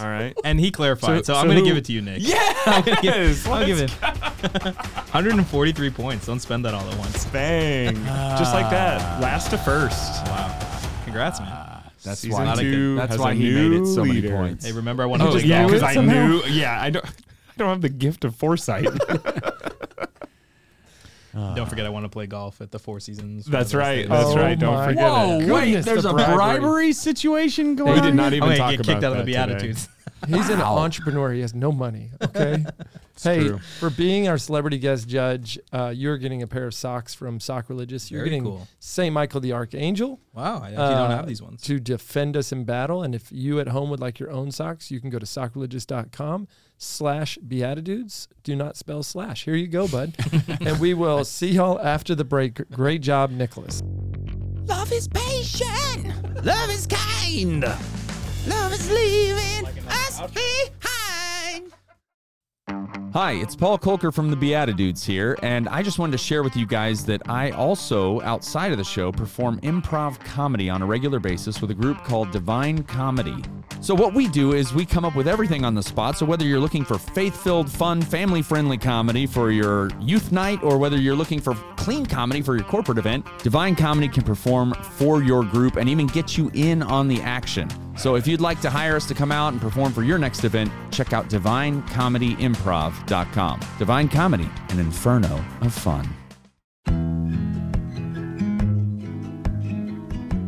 All right.
And he clarified,
So-
so,
so
I'm going to
who-
give it to you, Nick.
Yes,
I'm gonna give, (laughs) I'll give it. (laughs) 143 points. Don't spend that all at once.
(laughs)
Uh,
Bang. Just like that. Last to first.
Wow. Congrats, man.
That's
Season
why.
two
that's
has
why
a
he
new
made it so
leader. Oh,
many points.
Hey, remember I won a
Oh,
big
yeah,
ball?
it somehow.
Yeah, I don't. (laughs) I don't have the gift
(laughs)
of foresight.
Don't forget, I want to play golf at the Four Seasons.
That's
one of
right. That's
those things.
Oh
right. Don't
my
forget
Whoa!
it.
wait,
Goodness,
there's
the
a bribery.
bribery.
situation
Oh,
going.
We
on
did not
I'm
even
going
talk
to Oh, get
about
kicked out of the
that today.
Beatitudes.
He's an
Wow.
entrepreneur. He has no money. Okay. hey,
true.
for being our celebrity guest judge, uh, you're getting a pair of socks from Sock Religious. You're
Very
getting
cool.
St. Michael the Archangel
(laughs) Wow. I actually
Uh,
don't have these ones.
to defend us in battle. And if you at home would like your own socks, you can go to sockreligious.com slash beatitudes. Do not spell slash. Here you go,
(laughs)
bud. and we will see y'all after the break. Great job, Nicholas.
Love is patient. Love is kind. Love is leaving us behind.
Hi, it's Paul Kolker from the Beatitudes here, and I just wanted to share with you guys that I also, outside of the show, perform improv comedy on a regular basis with a group called Divine Comedy. So, what we do is we come up with everything on the spot. So, whether you're looking for faith filled, fun, family friendly comedy for your youth night, or whether you're looking for clean comedy for your corporate event, Divine Comedy can perform for your group and even get you in on the action. So, if you'd like to hire us to come out and perform for your next event, check out divinecomedyimprov.com. Divine Comedy, an inferno of fun.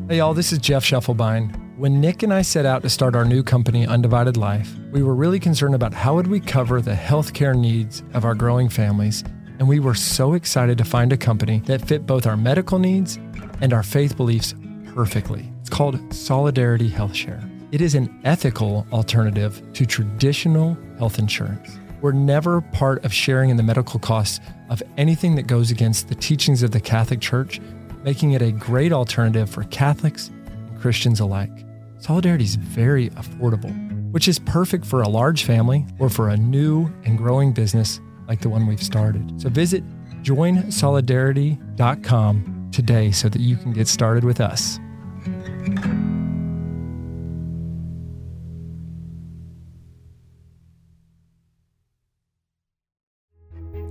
Hey, y'all, this is Jeff Shufflebine. When Nick and I set out to start our new company, Undivided Life, we were really concerned about how would we cover the healthcare needs of our growing families, and we were so excited to find a company that fit both our medical needs and our faith beliefs perfectly. It's called Solidarity Health Share. It is an ethical alternative to traditional health insurance. We're never part of sharing in the medical costs of anything that goes against the teachings of the Catholic Church making it a great alternative for Catholics and Christians alike. Solidarity is very affordable, which is perfect for a large family or for a new and growing business like the one we've started. So visit joinsolidarity.com today so that you can get started with us.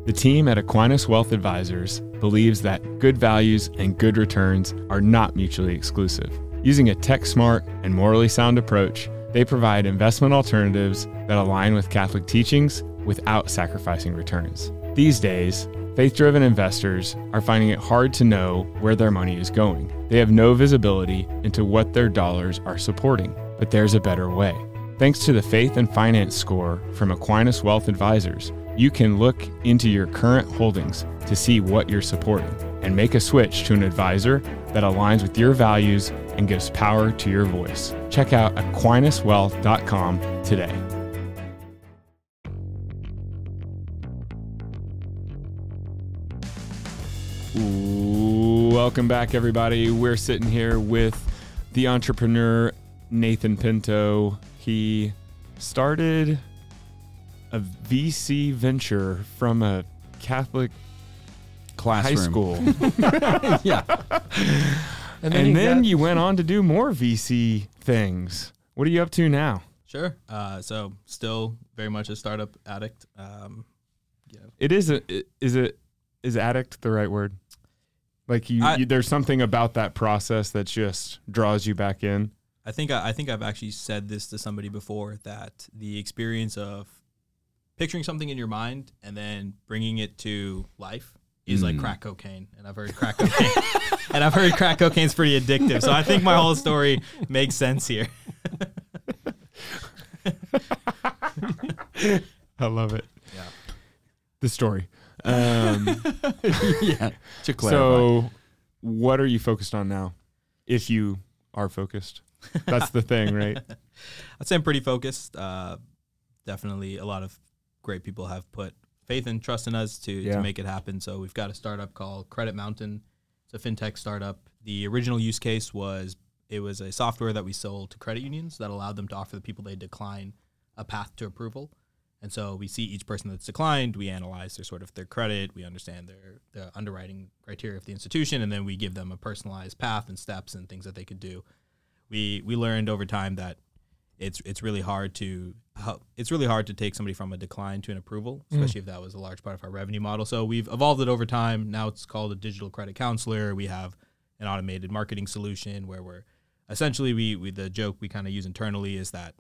The team at Aquinas Wealth Advisors believes that good values and good returns are not mutually exclusive. Using a tech smart and morally sound approach, they provide investment alternatives that align with Catholic teachings without sacrificing returns. These days, faith driven investors are finding it hard to know where their money is going. They have no visibility into what their dollars are supporting, but there's a better way. Thanks to the Faith and Finance score from Aquinas Wealth Advisors, you can look into your current holdings to see what you're supporting and make a switch to an advisor that aligns with your values and gives power to your voice. Check out aquinaswealth.com today. Welcome back, everybody. We're sitting here with the entrepreneur Nathan Pinto. He started a VC venture from a Catholic
Classroom.
high
(laughs)
school.
(laughs) yeah.
and
you
then
got-
you went on to do more VC things. What are you up to now?
Sure. Uh, so still very much a startup addict. Um,
It is a, is it is addict the right word? Like you,
I-
you there's something about that process that just draws you back in.
I think I, I think I've actually said this to somebody before that the experience of picturing something in your mind and then bringing it to life is like crack cocaine, and I've heard crack cocaine, (laughs) and I've heard crack cocaine's pretty addictive. So I think my whole story makes sense here.
I love it.
Yeah.
The
(laughs)
story. Um,
(laughs) yeah. To clarify.
so, what are you focused on now? If you are focused, that's the thing,
(laughs)
right?
I'd say I'm pretty focused. Uh, definitely, a lot of great people have put faith and trust in us to,
Yeah.
to make it happen. So we've got a startup called Credit Mountain. It's a fintech startup. The original use case was it was a software that we sold to credit unions that allowed them to offer the people they decline a path to approval. And so we see each person that's declined. We analyze their sort of their credit. We understand their the underwriting criteria of the institution, and then we give them a personalized path and steps and things that they could do. We we learned over time that it's it's really hard to help, it's really hard to take somebody from a decline to an approval, especially if that was a large part of our revenue model. So we've evolved it over time. Now it's called a digital credit counselor. We have an automated marketing solution where we're essentially we, we the joke we kind of use internally is that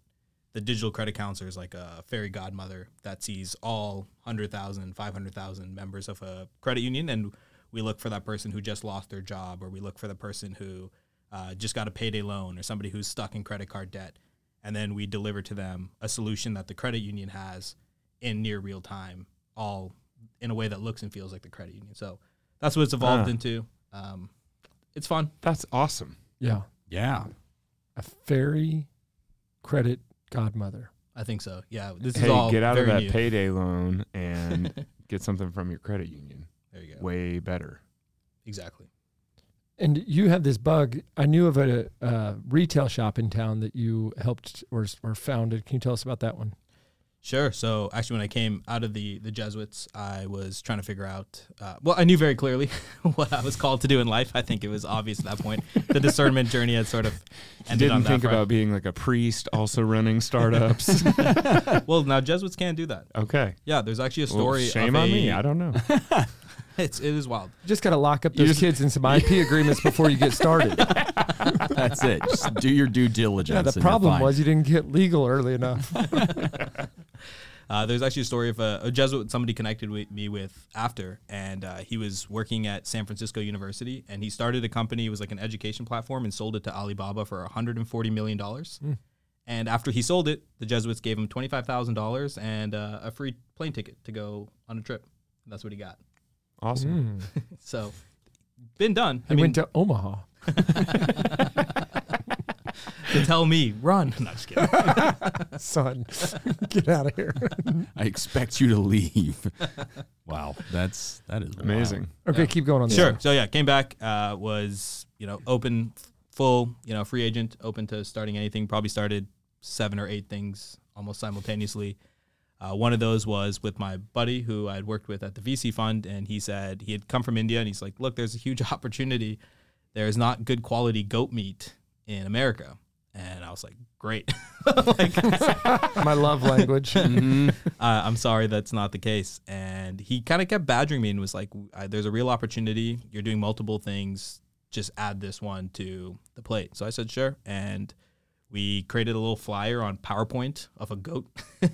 the digital credit counselor is like a fairy godmother that sees all 100,000, 500,000 members of a credit union. And we look for that person who just lost their job, or we look for the person who uh, just got a payday loan, or somebody who's stuck in credit card debt. And then we deliver to them a solution that the credit union has in near real time, all in a way that looks and feels like the credit union. So that's what it's evolved
Ah.
into. Um, it's fun.
That's awesome.
Yeah.
yeah.
A fairy credit godmother.
I think so. Yeah. This
hey,
is all
get out of
very
that
new.
payday loan and get something from your credit union.
There you go.
Way better.
Exactly.
And you have this bug. I knew of a, uh retail shop in town that you helped or, or founded. Can you tell us about that one?
Sure. So actually, when I came out of the the Jesuits, I was trying to figure out. Uh, well, I knew very clearly (laughs) what I was called to do in life. I think it was obvious at that point.
(laughs)
The discernment journey had sort of ended on
Didn't
that
think
front.
about being like a priest, also
(laughs)
running startups.
Well, now Jesuits can do that.
okay.
Yeah, there's actually a
Well,
story.
shame
of
on
a-
me. I don't know.
(laughs) It's it is wild.
Just got to lock up those
just-
kids in some IP
(laughs)
agreements before you get started.
That's it. Just do your due diligence.
yeah,
and
the
you're
problem
fine.
was you didn't get legal early
(laughs)
enough.
Uh, there's actually a story of a, a Jesuit somebody connected with me with after, and uh, he was working at San Francisco University, and he started a company. It was like an education platform, and sold it to Alibaba for 140 million dollars. And after he sold it, the Jesuits gave him twenty five thousand dollars and uh, a free plane ticket to go on a trip. And that's what he got.
Awesome.
Mm, So, been done.
I
I mean,
went to Omaha.
to (laughs) tell me, run. Not just kidding.
Son, (laughs) get out of here.
I expect you to leave. wow, that's that is wild.
Amazing. (laughs)
Okay, keep going on. this
Sure.
one.
So yeah, came back. Uh, was you know open, full, you know free agent, open to starting anything. Probably started seven or eight things almost simultaneously. Uh, one of those was with my buddy who I had worked with at the VC fund, and he said he had come from India, and he's like, "Look, there's a huge (laughs) opportunity. There is not good quality goat meat in America." And I was like, "Great." (laughs) like,
My love
(laughs)
language.
uh, I'm sorry, that's not the case. And he kind of kept badgering me and was like, I, there's a real opportunity. You're doing multiple things. Just add this one to the plate. So I said, sure. And we created a little flyer on PowerPoint of a goat. (laughs)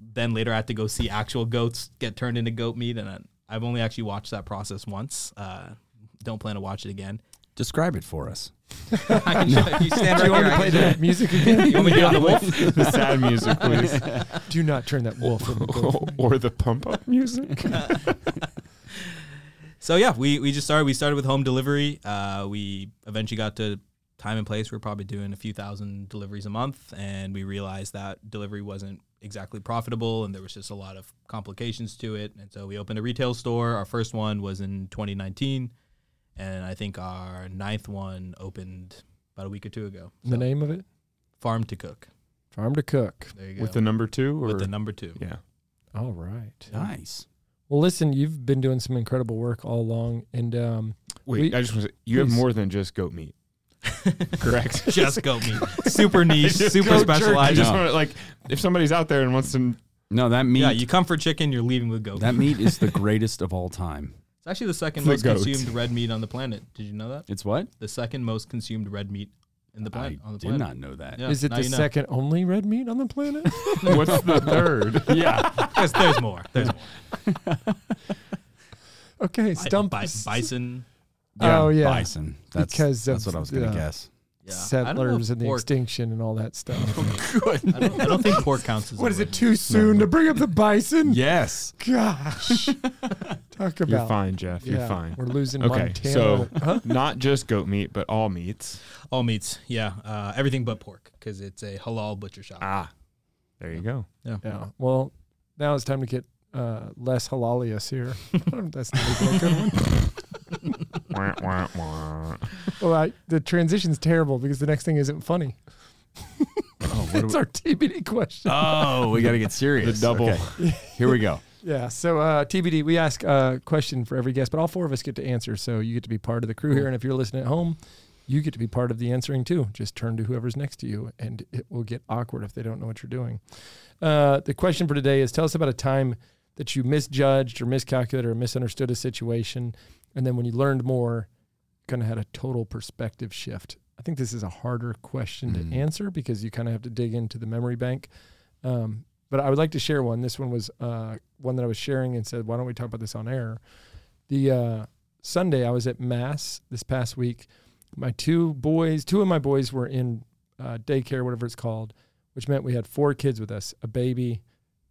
then later I had to go see actual goats get turned into goat meat. And I, I've only actually watched that process once. Uh, don't plan to watch it again. (laughs)
Describe it for us.
I can show you.
(laughs)
Stand
Do
right
you want me
here.
to play
I can
that music again?
show you. You want me to do it on
(laughs)
the wolf?
the sad music, please,
Do not turn that wolf. in the goat.
(laughs) or the pump up music.
So yeah, we, we just started. We started with home delivery. Uh, we eventually got to time and place. We are probably doing a few thousand deliveries a month, and we realized that delivery wasn't exactly profitable, and there was just a lot of complications to it. And so we opened a retail store. Our first one was in 2019, and I think our ninth one opened about a week or two ago.
the name of it?
Farm to Cook.
Farm to Cook.
There you go.
With the number two, or
With the
(laughs)
number two.
yeah,
All right.
Nice.
Well, listen, you've been doing some incredible work all along, and um,
wait,
We-
I just want to say you have
please.
more than just goat
(laughs)
meat, correct?
Just goat meat. Super niche, super
(laughs) I
specialized.
just
No.
want to like if somebody's out there and wants to
No, that meat.
Yeah, you come for chicken, you're leaving with goat.
that meat is the greatest of all time.
It's actually the second
The
most
goat.
consumed red meat on the planet. Did you know that?
It's what?
The second most consumed red meat in the planet.
I
on the
did
planet.
not know that.
Yeah,
Is it
now
the
you know.
second only red meat on the planet?
What's the third?
yeah.
(laughs) 'Cause there's more.
(laughs)
There's more.
okay,
Bi-
stump
bi-
us.
bison.
Oh, yeah.
Bison. That's
Because of-
that's what I was gonna
yeah.
guess.
Yeah. I don't know
settlers
if
and the
pork-
extinction and all that stuff.
I don't, I don't think pork counts as.
(laughs) what
a
is it?
red
Too soon to bring up the bison?
Yes.
(laughs) Gosh, talk about
You're fine, Jeff. You're
yeah,
fine.
We're losing
Okay,
Montana.
so not just goat meat, but all meats.
meat. All meats. Yeah. Uh, everything but pork because it's a halal butcher shop.
Ah, there you
(laughs)
go.
yeah.
(laughs) yeah. Well, now it's time to get uh, less halalious (laughs) here. That's not a good one.
Wah, wah, wah.
Well, I, the transition's terrible because the next thing isn't funny.
Oh, what do
It's our TBD question.
we- (laughs) oh, we gotta get
The
serious.
double.
Okay. Here we go.
(laughs) Yeah. So uh, TBD, we ask a question for every guest, but all four of us get to answer. So you get to be part of the crew here. And if you're listening at home, you get to be part of the answering too. Just turn to whoever's next to you, and it will get awkward if they don't know what you're doing. Uh, the question for today is tell us about a time that you misjudged or miscalculated or misunderstood a situation. And then when you learned more, kind of had a total perspective shift. I think this is a harder question
Mm.
to answer because you kind of have to dig into the memory bank. Um, but I would like to share one. This one was uh, one that I was sharing and said, why don't we talk about this on air? The uh, Sunday I was at Mass this past week. My two boys, two of my boys were in uh, daycare, whatever it's called, which meant we had four kids with us a baby,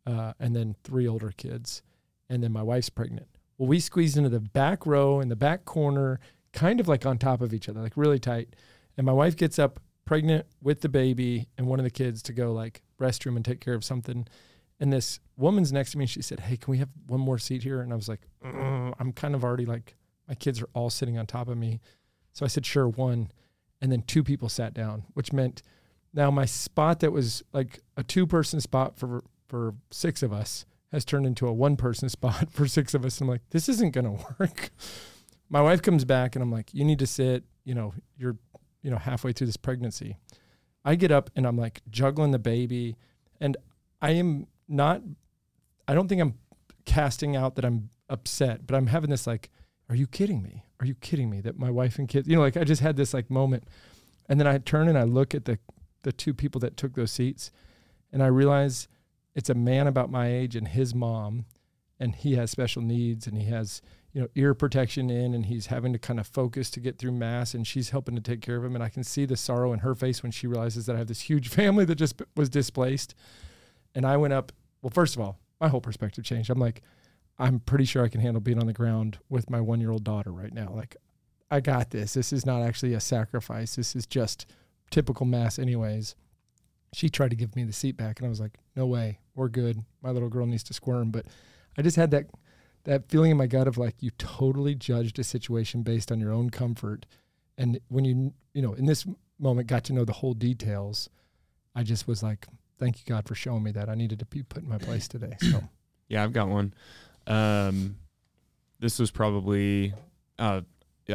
uh, and then three older kids. And then my wife's pregnant. Well, we squeezed into the back row in the back corner, kind of like on top of each other, like really tight. And my wife gets up pregnant with the baby and one of the kids to go like restroom and take care of something. And this woman's next to me, she said, Hey, can we have one more seat here? And I was like, "Mm, I'm kind of already like, my kids are all sitting on top of me. So I said, Sure, one. And then two people sat down, which meant now my spot that was like a two person spot for, for six of us has turned into a one person (laughs) spot for six of us. And I'm like, This isn't going to (laughs) work. My wife comes back and I'm like, You need to sit. You know, you're, you know, halfway through this pregnancy. I get up and I'm like juggling the baby, and I am not. I don't think I'm casting out that I'm upset, but I'm having this like, are you kidding me? Are you kidding me that my wife and kids, you know, like I just had this like moment, and then I turn and I look at the the two people that took those seats, and I realize it's a man about my age and his mom, and he has special needs and he has you know ear protection in and he's having to kind of focus to get through mass and she's helping to take care of him and i can see the sorrow in her face when she realizes that i have this huge (laughs) family that just was displaced and i went up well first of all my whole perspective changed i'm like i'm pretty sure i can handle being on the ground with my one year old daughter right now like i got this this is not actually a sacrifice this is just typical mass anyways she tried to give me the seat back and i was like no way we're good my little girl needs to squirm but i just had that that feeling in my gut of like you totally judged a situation based on your own comfort and when you you know in this moment got to know the whole details i just was like thank you god for showing me that i needed to be put in my place today so
Yeah, I've got one. Um, this was probably, uh,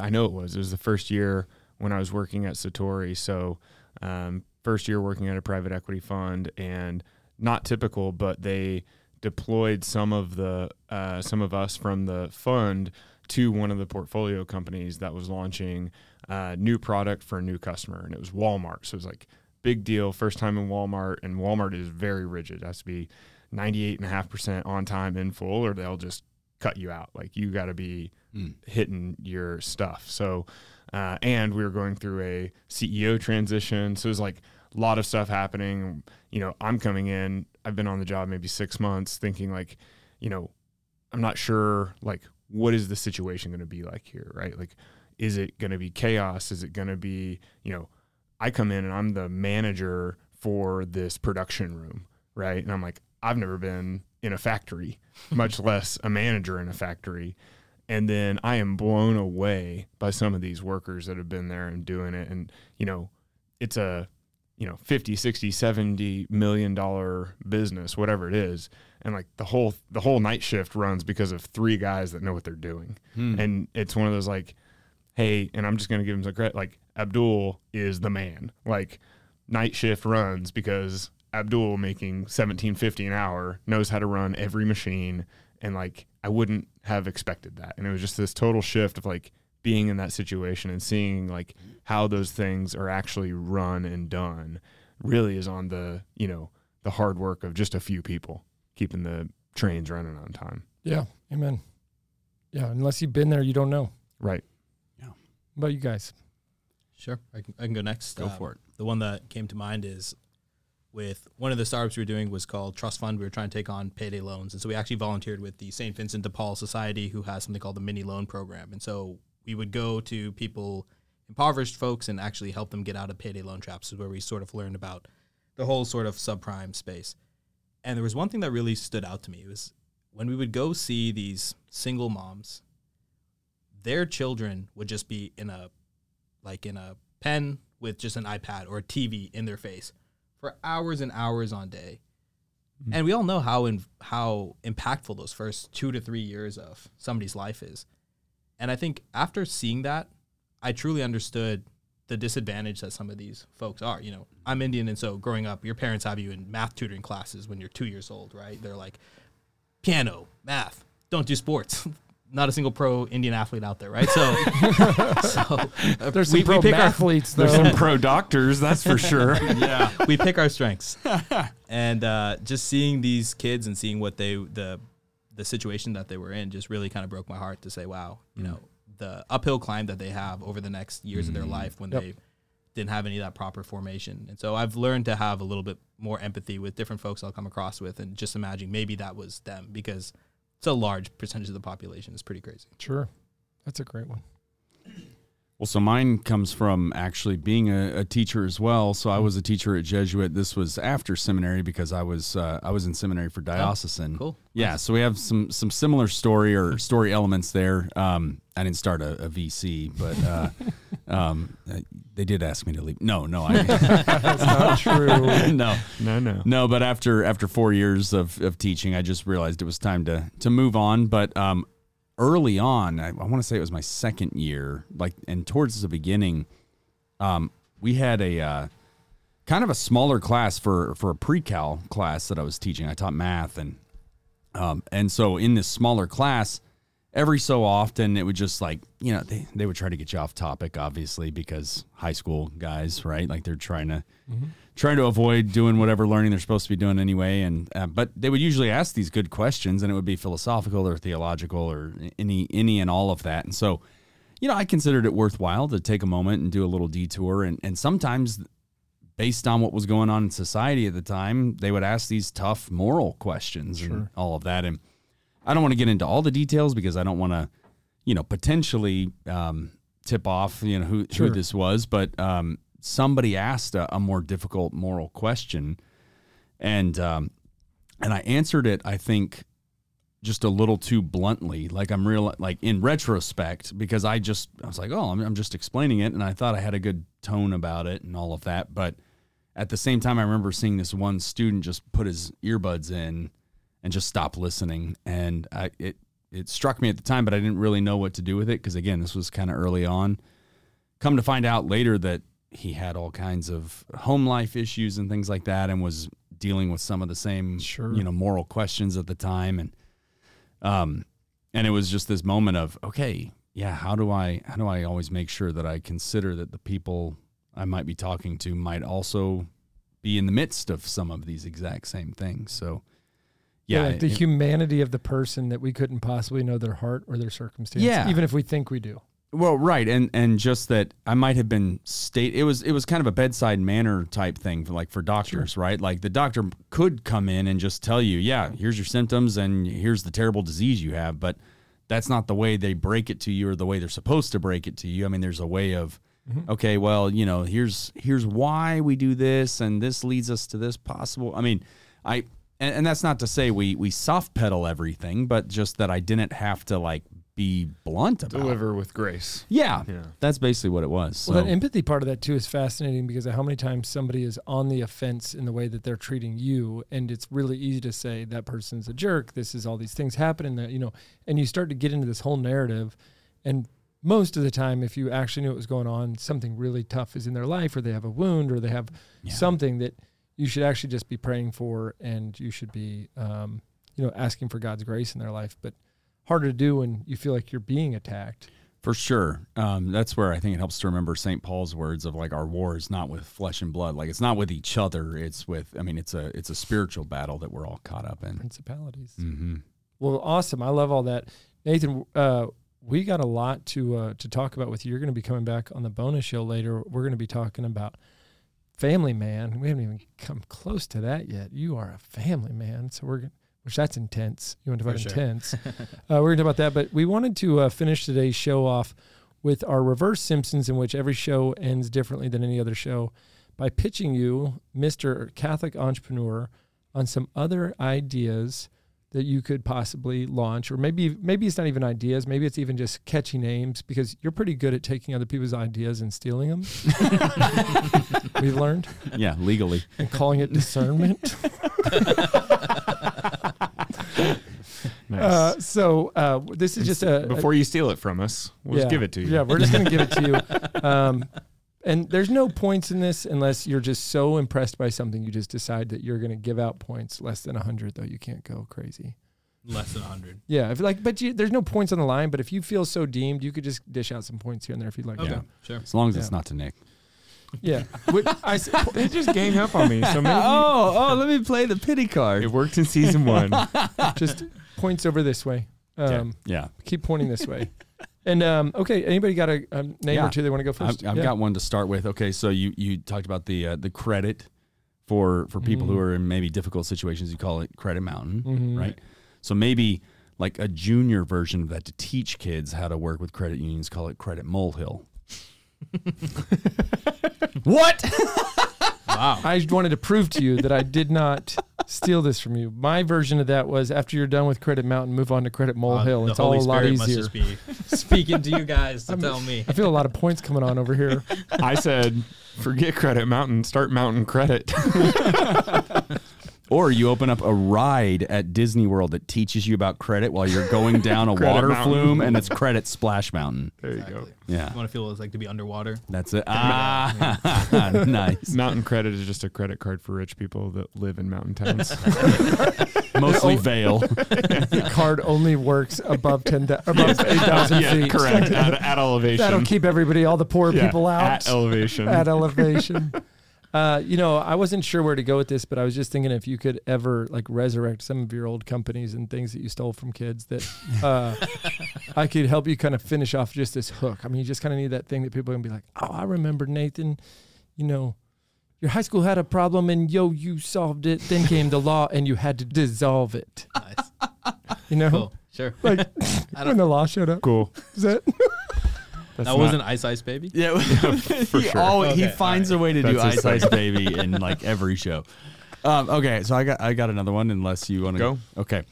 I know it was. It was the first year when I was working at Satori. So, um, first year working at a private equity fund, and not typical, but they deployed some of the uh, some of us from the fund to one of the portfolio companies that was launching uh, new product for a new customer, and it was Walmart. So it was like big deal, first time in Walmart, and Walmart is very rigid. It has to be 98.5% on time in full, or they'll just cut you out. Like you got to be
Mm.
hitting your stuff. So, uh, and we were going through a CEO transition. So it was like a lot of stuff happening. You know, I'm coming in, I've been on the job maybe six months thinking, like, you know, I'm not sure, like, what is the situation going to be like here, right? Like, is it going to be chaos? Is it going to be, you know, I come in and I'm the manager for this production room, right? And I'm like, I've never been in a factory, much less a manager in a factory. And then I am blown away by some of these workers that have been there and doing it. And, you know, it's a, you know, 50, 60, 70 million dollar business, whatever it is. And like the whole, the whole night shift runs because of three guys that know what they're doing. And it's one of those like, hey, and I'm just gonna give him some credit. Like Abdul is the man. Like night shift runs because Abdul making 1750 an hour knows how to run every machine and like I wouldn't have expected that. And it was just this total shift of like being in that situation and seeing like how those things are actually run and done really is on the, you know, the hard work of just a few people keeping the trains running on time.
Yeah. Amen. Yeah. Unless you've been there, you don't know.
Right.
What about you guys?
Sure, I can, I can go next. Um,
Go for it.
The one that came to mind is with one of the startups we were doing was called Trust Fund. We were trying to take on payday loans, and so we actually volunteered with the St. Vincent de Paul Society, who has something called the Mini Loan Program. And so we would go to people, impoverished folks, and actually help them get out of payday loan traps. Is where we sort of learned about the whole sort of subprime space. And there was one thing that really stood out to me. It was when we would go see these single moms, their children would just be in a like in a pen with just an iPad or a TV in their face for hours and hours on day. And we all know how in, how impactful those first 2 to 3 years of somebody's life is. And I think after seeing that, I truly understood the disadvantage that some of these folks are. You know, I'm Indian and so growing up, your parents have you in math tutoring classes when you're 2 years old, right? They're like piano, math, don't do sports. (laughs) Not a single pro Indian athlete out there, right? So, (laughs) so uh,
There's some pro
pick our-
athletes, though.
There's some pro doctors, that's for sure.
Yeah.
we pick
(laughs)
our strengths and uh, just seeing these kids and seeing what they the the situation that they were in just really kind of broke my heart to say wow
Mm.
you know the uphill climb that they have over the next years of their
Mm.
life when they didn't have any of that proper formation and so i've learned to have a little bit more empathy with different folks i'll come across with and just imagine maybe that was them because it's a large percentage of the population it's pretty crazy
sure. That's a great one.
Well, so mine comes from actually being a, a teacher as well. So I was a teacher at Jesuit. This was after seminary because I was uh, I was in seminary for diocesan.
cool.
Yeah. So we have some some similar story or story elements there. Um, I didn't start a, a VC, but uh, um, they did ask me to leave. No, no, I
That's not true.
(laughs) no.
No, no.
No, but after after four years of, of teaching, I just realized it was time to to move on. But um, early on, I, I want to say it was my second year, like and towards the beginning, um, we had a uh, kind of a smaller class for for a pre-cal class that I was teaching. I taught math and um, and so in this smaller class, every so often it would just like, you know, they, they would try to get you off topic, obviously, because high school guys, right? Like they're trying to trying to avoid doing whatever learning they're supposed to be doing anyway. And uh, but they would usually ask these good questions, and it would be philosophical or theological or any any and all of that. And so, you know, I considered it worthwhile to take a moment and do a little detour. And and sometimes based on what was going on in society at the time, they would ask these tough moral questions and all of that. And I don't want to get into all the details because I don't want to, you know, potentially um, tip off, you know, who, who this was. But um, somebody asked a, a more difficult moral question, and um, and I answered it. I think just a little too bluntly. Like I'm real, like in retrospect, because I just I was like, oh, I'm, I'm just explaining it, and I thought I had a good tone about it and all of that. But at the same time, I remember seeing this one student just put his earbuds in and just stop listening, and I it it struck me at the time, but I didn't really know what to do with it because again, this was kind of early on. Come to find out later that he had all kinds of home life issues and things like that, and was dealing with some of the same
Sure.
you know moral questions at the time and um, and it was just this moment of okay yeah how do i how do i always make sure that i consider that the people i might be talking to might also be in the midst of some of these exact same things so yeah,
like the
it-
humanity of the person that we couldn't possibly know their heart or their circumstance,
Yeah.
even if we think we do.
Well, right, and and just that I might have been state. It was it was kind of a bedside manner type thing, for like for doctors, right? Like the doctor could come in and just tell you, yeah, here's your symptoms, and here's the terrible disease you have. But that's not the way they break it to you, or the way they're supposed to break it to you. I mean, there's a way of, okay, well, you know, here's here's why we do this, and this leads us to this possible. I mean, I and, and that's not to say we we soft pedal everything, but just that I didn't have to like be blunt about it.
Deliver with grace.
Yeah,
Yeah.
that's basically what it was. So,
Well, that empathy part of that too is fascinating because of how many times somebody is on the offense in the way that they're treating you, and it's really easy to say that person's a jerk. This is all these things happening that you know, and you start to get into this whole narrative, and most of the time, if you actually knew what was going on, something really tough is in their life, or they have a wound, or they have something that you should actually just be praying for, and you should be, um, you know, asking for God's grace in their life. But harder to do when you feel like you're being attacked.
For sure. Um, that's where I think it helps to remember St. Paul's words of like our war is not with flesh and blood. Like it's not with each other. It's with I mean it's a it's a spiritual battle that we're all caught up in.
Principalities.
Mm-hmm.
Well, awesome. I love all that, Nathan. Uh, we got a lot to uh, to talk about with you. You're going to be coming back on the bonus show later. We're going to be talking about family man. We haven't even come close to that yet. You are a family man, so we're gonna- which that's intense. You want to talk
For sure.
intense? uh, we're going to talk about that, but we wanted to uh, finish today's show off with our reverse Simpsons, in which every show ends differently than any other show, by pitching you, Mister Catholic entrepreneur, on some other ideas that you could possibly launch or maybe maybe it's not even ideas maybe it's even just catchy names because you're pretty good at taking other people's ideas and stealing them we've learned
(laughs) Yeah, legally.
and calling it discernment
Nice.
uh, so uh, this is just a, a
Before you steal it from us, we'll just give it to you.
Yeah, we're just going to give it to you. Um, and there's no points in this unless you're just so impressed by something you just decide that you're going to give out points less than 100 though you can't go crazy.
Less than 100.
Yeah, if like but you, there's no points on the line, but if you feel so deemed, you could just dish out some points here and there if you'd like
Okay,
to.
sure.
As long as it's
Yeah.
not to Nick.
Yeah. Which I s-
(laughs) They just gang up on me.
(laughs)
So maybe
oh, oh, let me play the pity
it
card.
worked in
(laughs)
season one.
just points over this way. Um,
Yeah.
Keep pointing this way. And um, okay, anybody got a, a name
Yeah.
or two they want to go
I've,
1st
I've got one to start with. Okay, so you you talked about the uh, the credit for for people
Mm-hmm.
who are in maybe difficult situations. You call it credit mountain, right? So maybe like a junior version of that to teach kids how to work with credit unions. Call it credit molehill. what?
Wow.
I just wanted to prove to you that I did not steal this from you. My version of that was after you're done with Credit Mountain, move on to Credit Mole
Uh,
Hill.
the
It's
Holy
all a lot
Spirit
easier.
Must
(laughs)
just be speaking to you guys to tell me.
I feel a lot of points coming on over
(laughs)
here.
I said, forget Credit Mountain, start Mountain Credit. (laughs)
Or you open up a ride at Disney World that teaches you about credit while you're (laughs) going down a
Credit
water
mountain.
flume, and it's credit splash mountain.
There you go. Uh-huh.
Yeah,
You want to feel what it's like to be underwater?
that's it. Ah, (laughs) nice.
Mountain Credit is just a credit card for rich people that live in
(laughs)
mountain towns.
Mostly Vale.
The card only works above ten thou- above eight thousand feet.
correct. At, at elevation.
That'll keep everybody, all the poor
Yeah,
people out.
At
(laughs)
elevation.
at elevation. Uh, you know, I wasn't sure where to go with this, but I was just thinking if you could ever like resurrect some of your old companies and things that you stole from kids, that (laughs) uh, I could help you kind of finish off just this hook. I mean, you just kind of need that thing that people are gonna be like, "Oh, I remember Nathan. You know, your high school had a problem, and yo, you solved it. Then came the law, and you had to dissolve it.
(laughs) Nice.
You know,
Cool. Sure.
like
I
when
don't,
the law showed up.
cool.
Is that
That's
that wasn't Ice Ice Baby?
(laughs) (laughs) Yeah,
for
he
sure.
always- he
Okay,
finds a way to do
That's his
Ice Ice Baby in like every show. Um, okay, so I got I got another one. Unless you want to
Go.
Okay.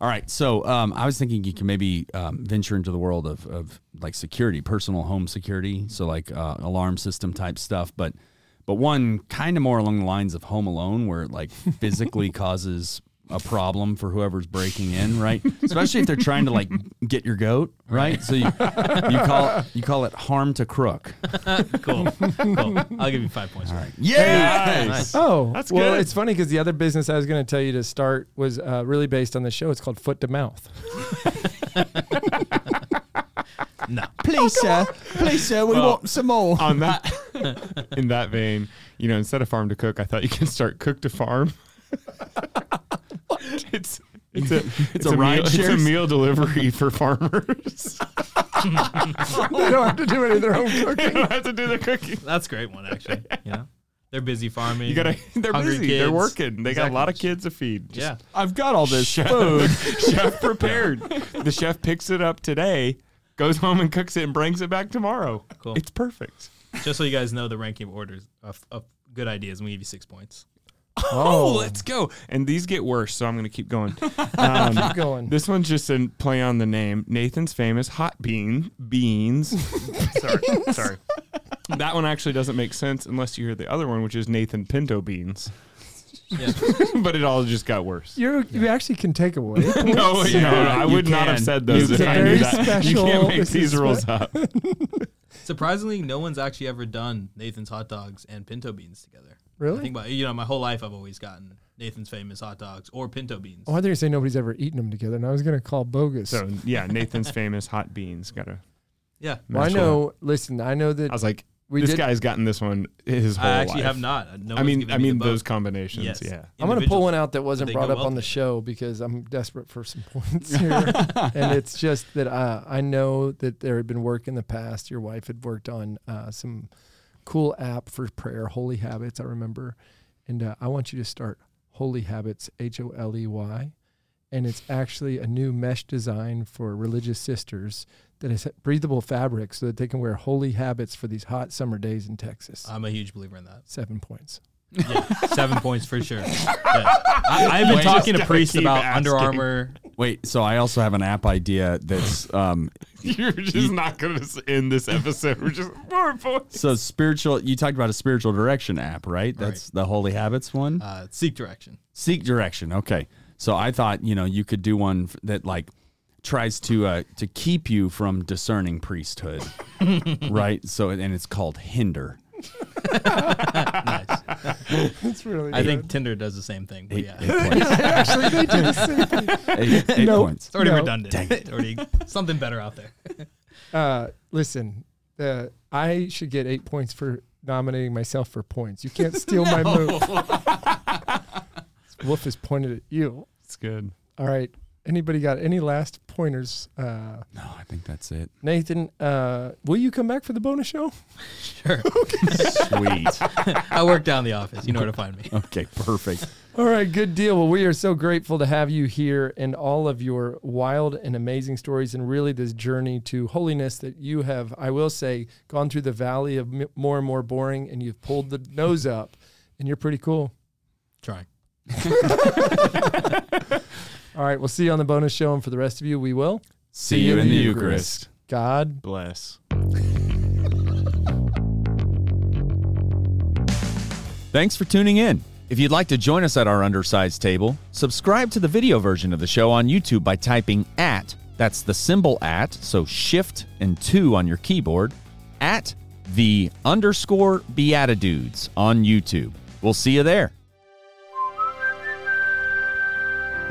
All right. So um, I was thinking you can maybe um, venture into the world of, of like security, personal home security. So like uh, alarm system type stuff, but but one kind of more along the lines of Home Alone, where it like physically causes a problem for whoever's breaking in, right? Especially if they're trying to like get your goat, right? So you, you call you call it harm to crook.
Cool.
(laughs)
cool. I'll give you five points. for that.
Yeah.
Nice.
Oh,
That's
well,
good.
it's funny because the other business I was going to tell you to start was uh, really based on the show. It's called Foot to (laughs) Mouth.
No.
Please, sir. Please, sir. We
Well,
some more.
on that in that vein, you know, instead of farm to cook, I thought you could start cook to farm. It's it's a it's,
a
a,
ride
meal, it's a
share?
meal delivery for farmers. (laughs)
they don't have to do any of their own cooking. (laughs)
they don't have to do the cooking.
That's a great
(laughs)
one, actually. Yeah. They're busy farming.
You gotta (laughs) they're
Hungry
busy. They're
kids.
working. They got a
Exactly.
lot of kids to feed.
Yeah.
I've got all this
Chef, chef prepared. The chef picks it up today, goes home and cooks it and brings it back tomorrow.
Cool.
It's perfect.
Just so you guys know the ranking of orders of, of good ideas, and we give you six points.
Oh, let's go. And these get worse, so I'm going to keep going. Um,
Keep going.
This one's just a play on the name. Nathan's famous hot bean
(laughs)
beans. sorry, sorry. That one actually doesn't make sense unless you hear the other one, which is Nathan Pinto beans. (laughs)
Yeah.
but it all just got worse.
you you actually can take away. (laughs)
(laughs) No, you know, I would not have
can.
said those
You
if I
can.
knew
Very
that.
special.
You can't make
This is
these
spe-
rules up.
Surprisingly, no one's actually ever done Nathan's hot dogs and pinto beans together.
Really?
I think about you know my whole life I've always gotten Nathan's famous hot dogs or pinto beans.
Oh, I think you say nobody's ever eaten them together, and I was gonna call bogus.
So yeah, Nathan's famous hot beans. Gotta.
yeah,
well, I
match
know. Listen, I know that
I was like,
we
this
did.
guy's gotten this one his whole
I actually
life.
have not. No
I
one's
mean,
given
I
me
mean
the boat.
those combinations.
Yes. (laughs)
Yeah. (laughs)
I'm gonna pull
Individuals.
one out that wasn't
They
brought
go
up
well
on the
together.
show because I'm desperate for some (laughs) points here, and it's just that uh, I know that there had been work in the past. Your wife had worked on uh, some cool app for prayer, Holy Habits. I remember, and uh, I want you to start Holy Habits, H O L E Y, and it's actually a new mesh design for religious sisters that is breathable fabric so that they can wear holy habits for these hot summer days in Texas.
I'm a huge believer in that.
Seven points.
Yeah, seven points
(laughs)
for sure. Yeah. I, I've been
Wait,
talking to
gotta
priests
keep
about
asking.
Under Armour.
Wait, so I also have an app idea that's um,
You're just not gonna s- end this episode. We're just more points.
so spiritual. You talked about a spiritual direction app, right? That's the Holy Habits one.
Uh, seek direction.
Seek direction. Okay, so I thought you know you could do one f- that like tries to uh, to keep you from discerning (laughs) priesthood, right? So and it's called Hinder.
Nice.
That's really.
I think Tinder does the same thing. But
Eight,
yeah,
eight points.
(laughs) actually they did the same thing.
Eight, eight
No.
points.
it's already
No.
redundant. already something better out there.
Uh, listen, uh, I should get eight points for nominating myself for points. You can't steal my move. Wolf is pointed at you.
It's good.
All right. Anybody got any last pointers? Uh,
No, I think that's it.
Nathan, uh, will you come back for the bonus show?
Sure,
Sweet.
I work down the office. You know where to find me.
Okay, perfect.
All right, good deal. Well, we are so grateful to have you here and all of your wild and amazing stories, and really this journey to holiness that you have, I will say, gone through the valley of m- more and more boring, and you've pulled the nose up, and you're pretty cool.
Trying.
All right, we'll see you on the bonus show, and for the rest of you, we will.
See you in the Eucharist.
God
Bless.
Thanks for tuning in. If you'd like to join us at our undersized table, subscribe to the video version of the show on YouTube by typing at, that's the symbol at, so shift and two on your keyboard, at the underscore Beatitudes on YouTube. We'll see you there.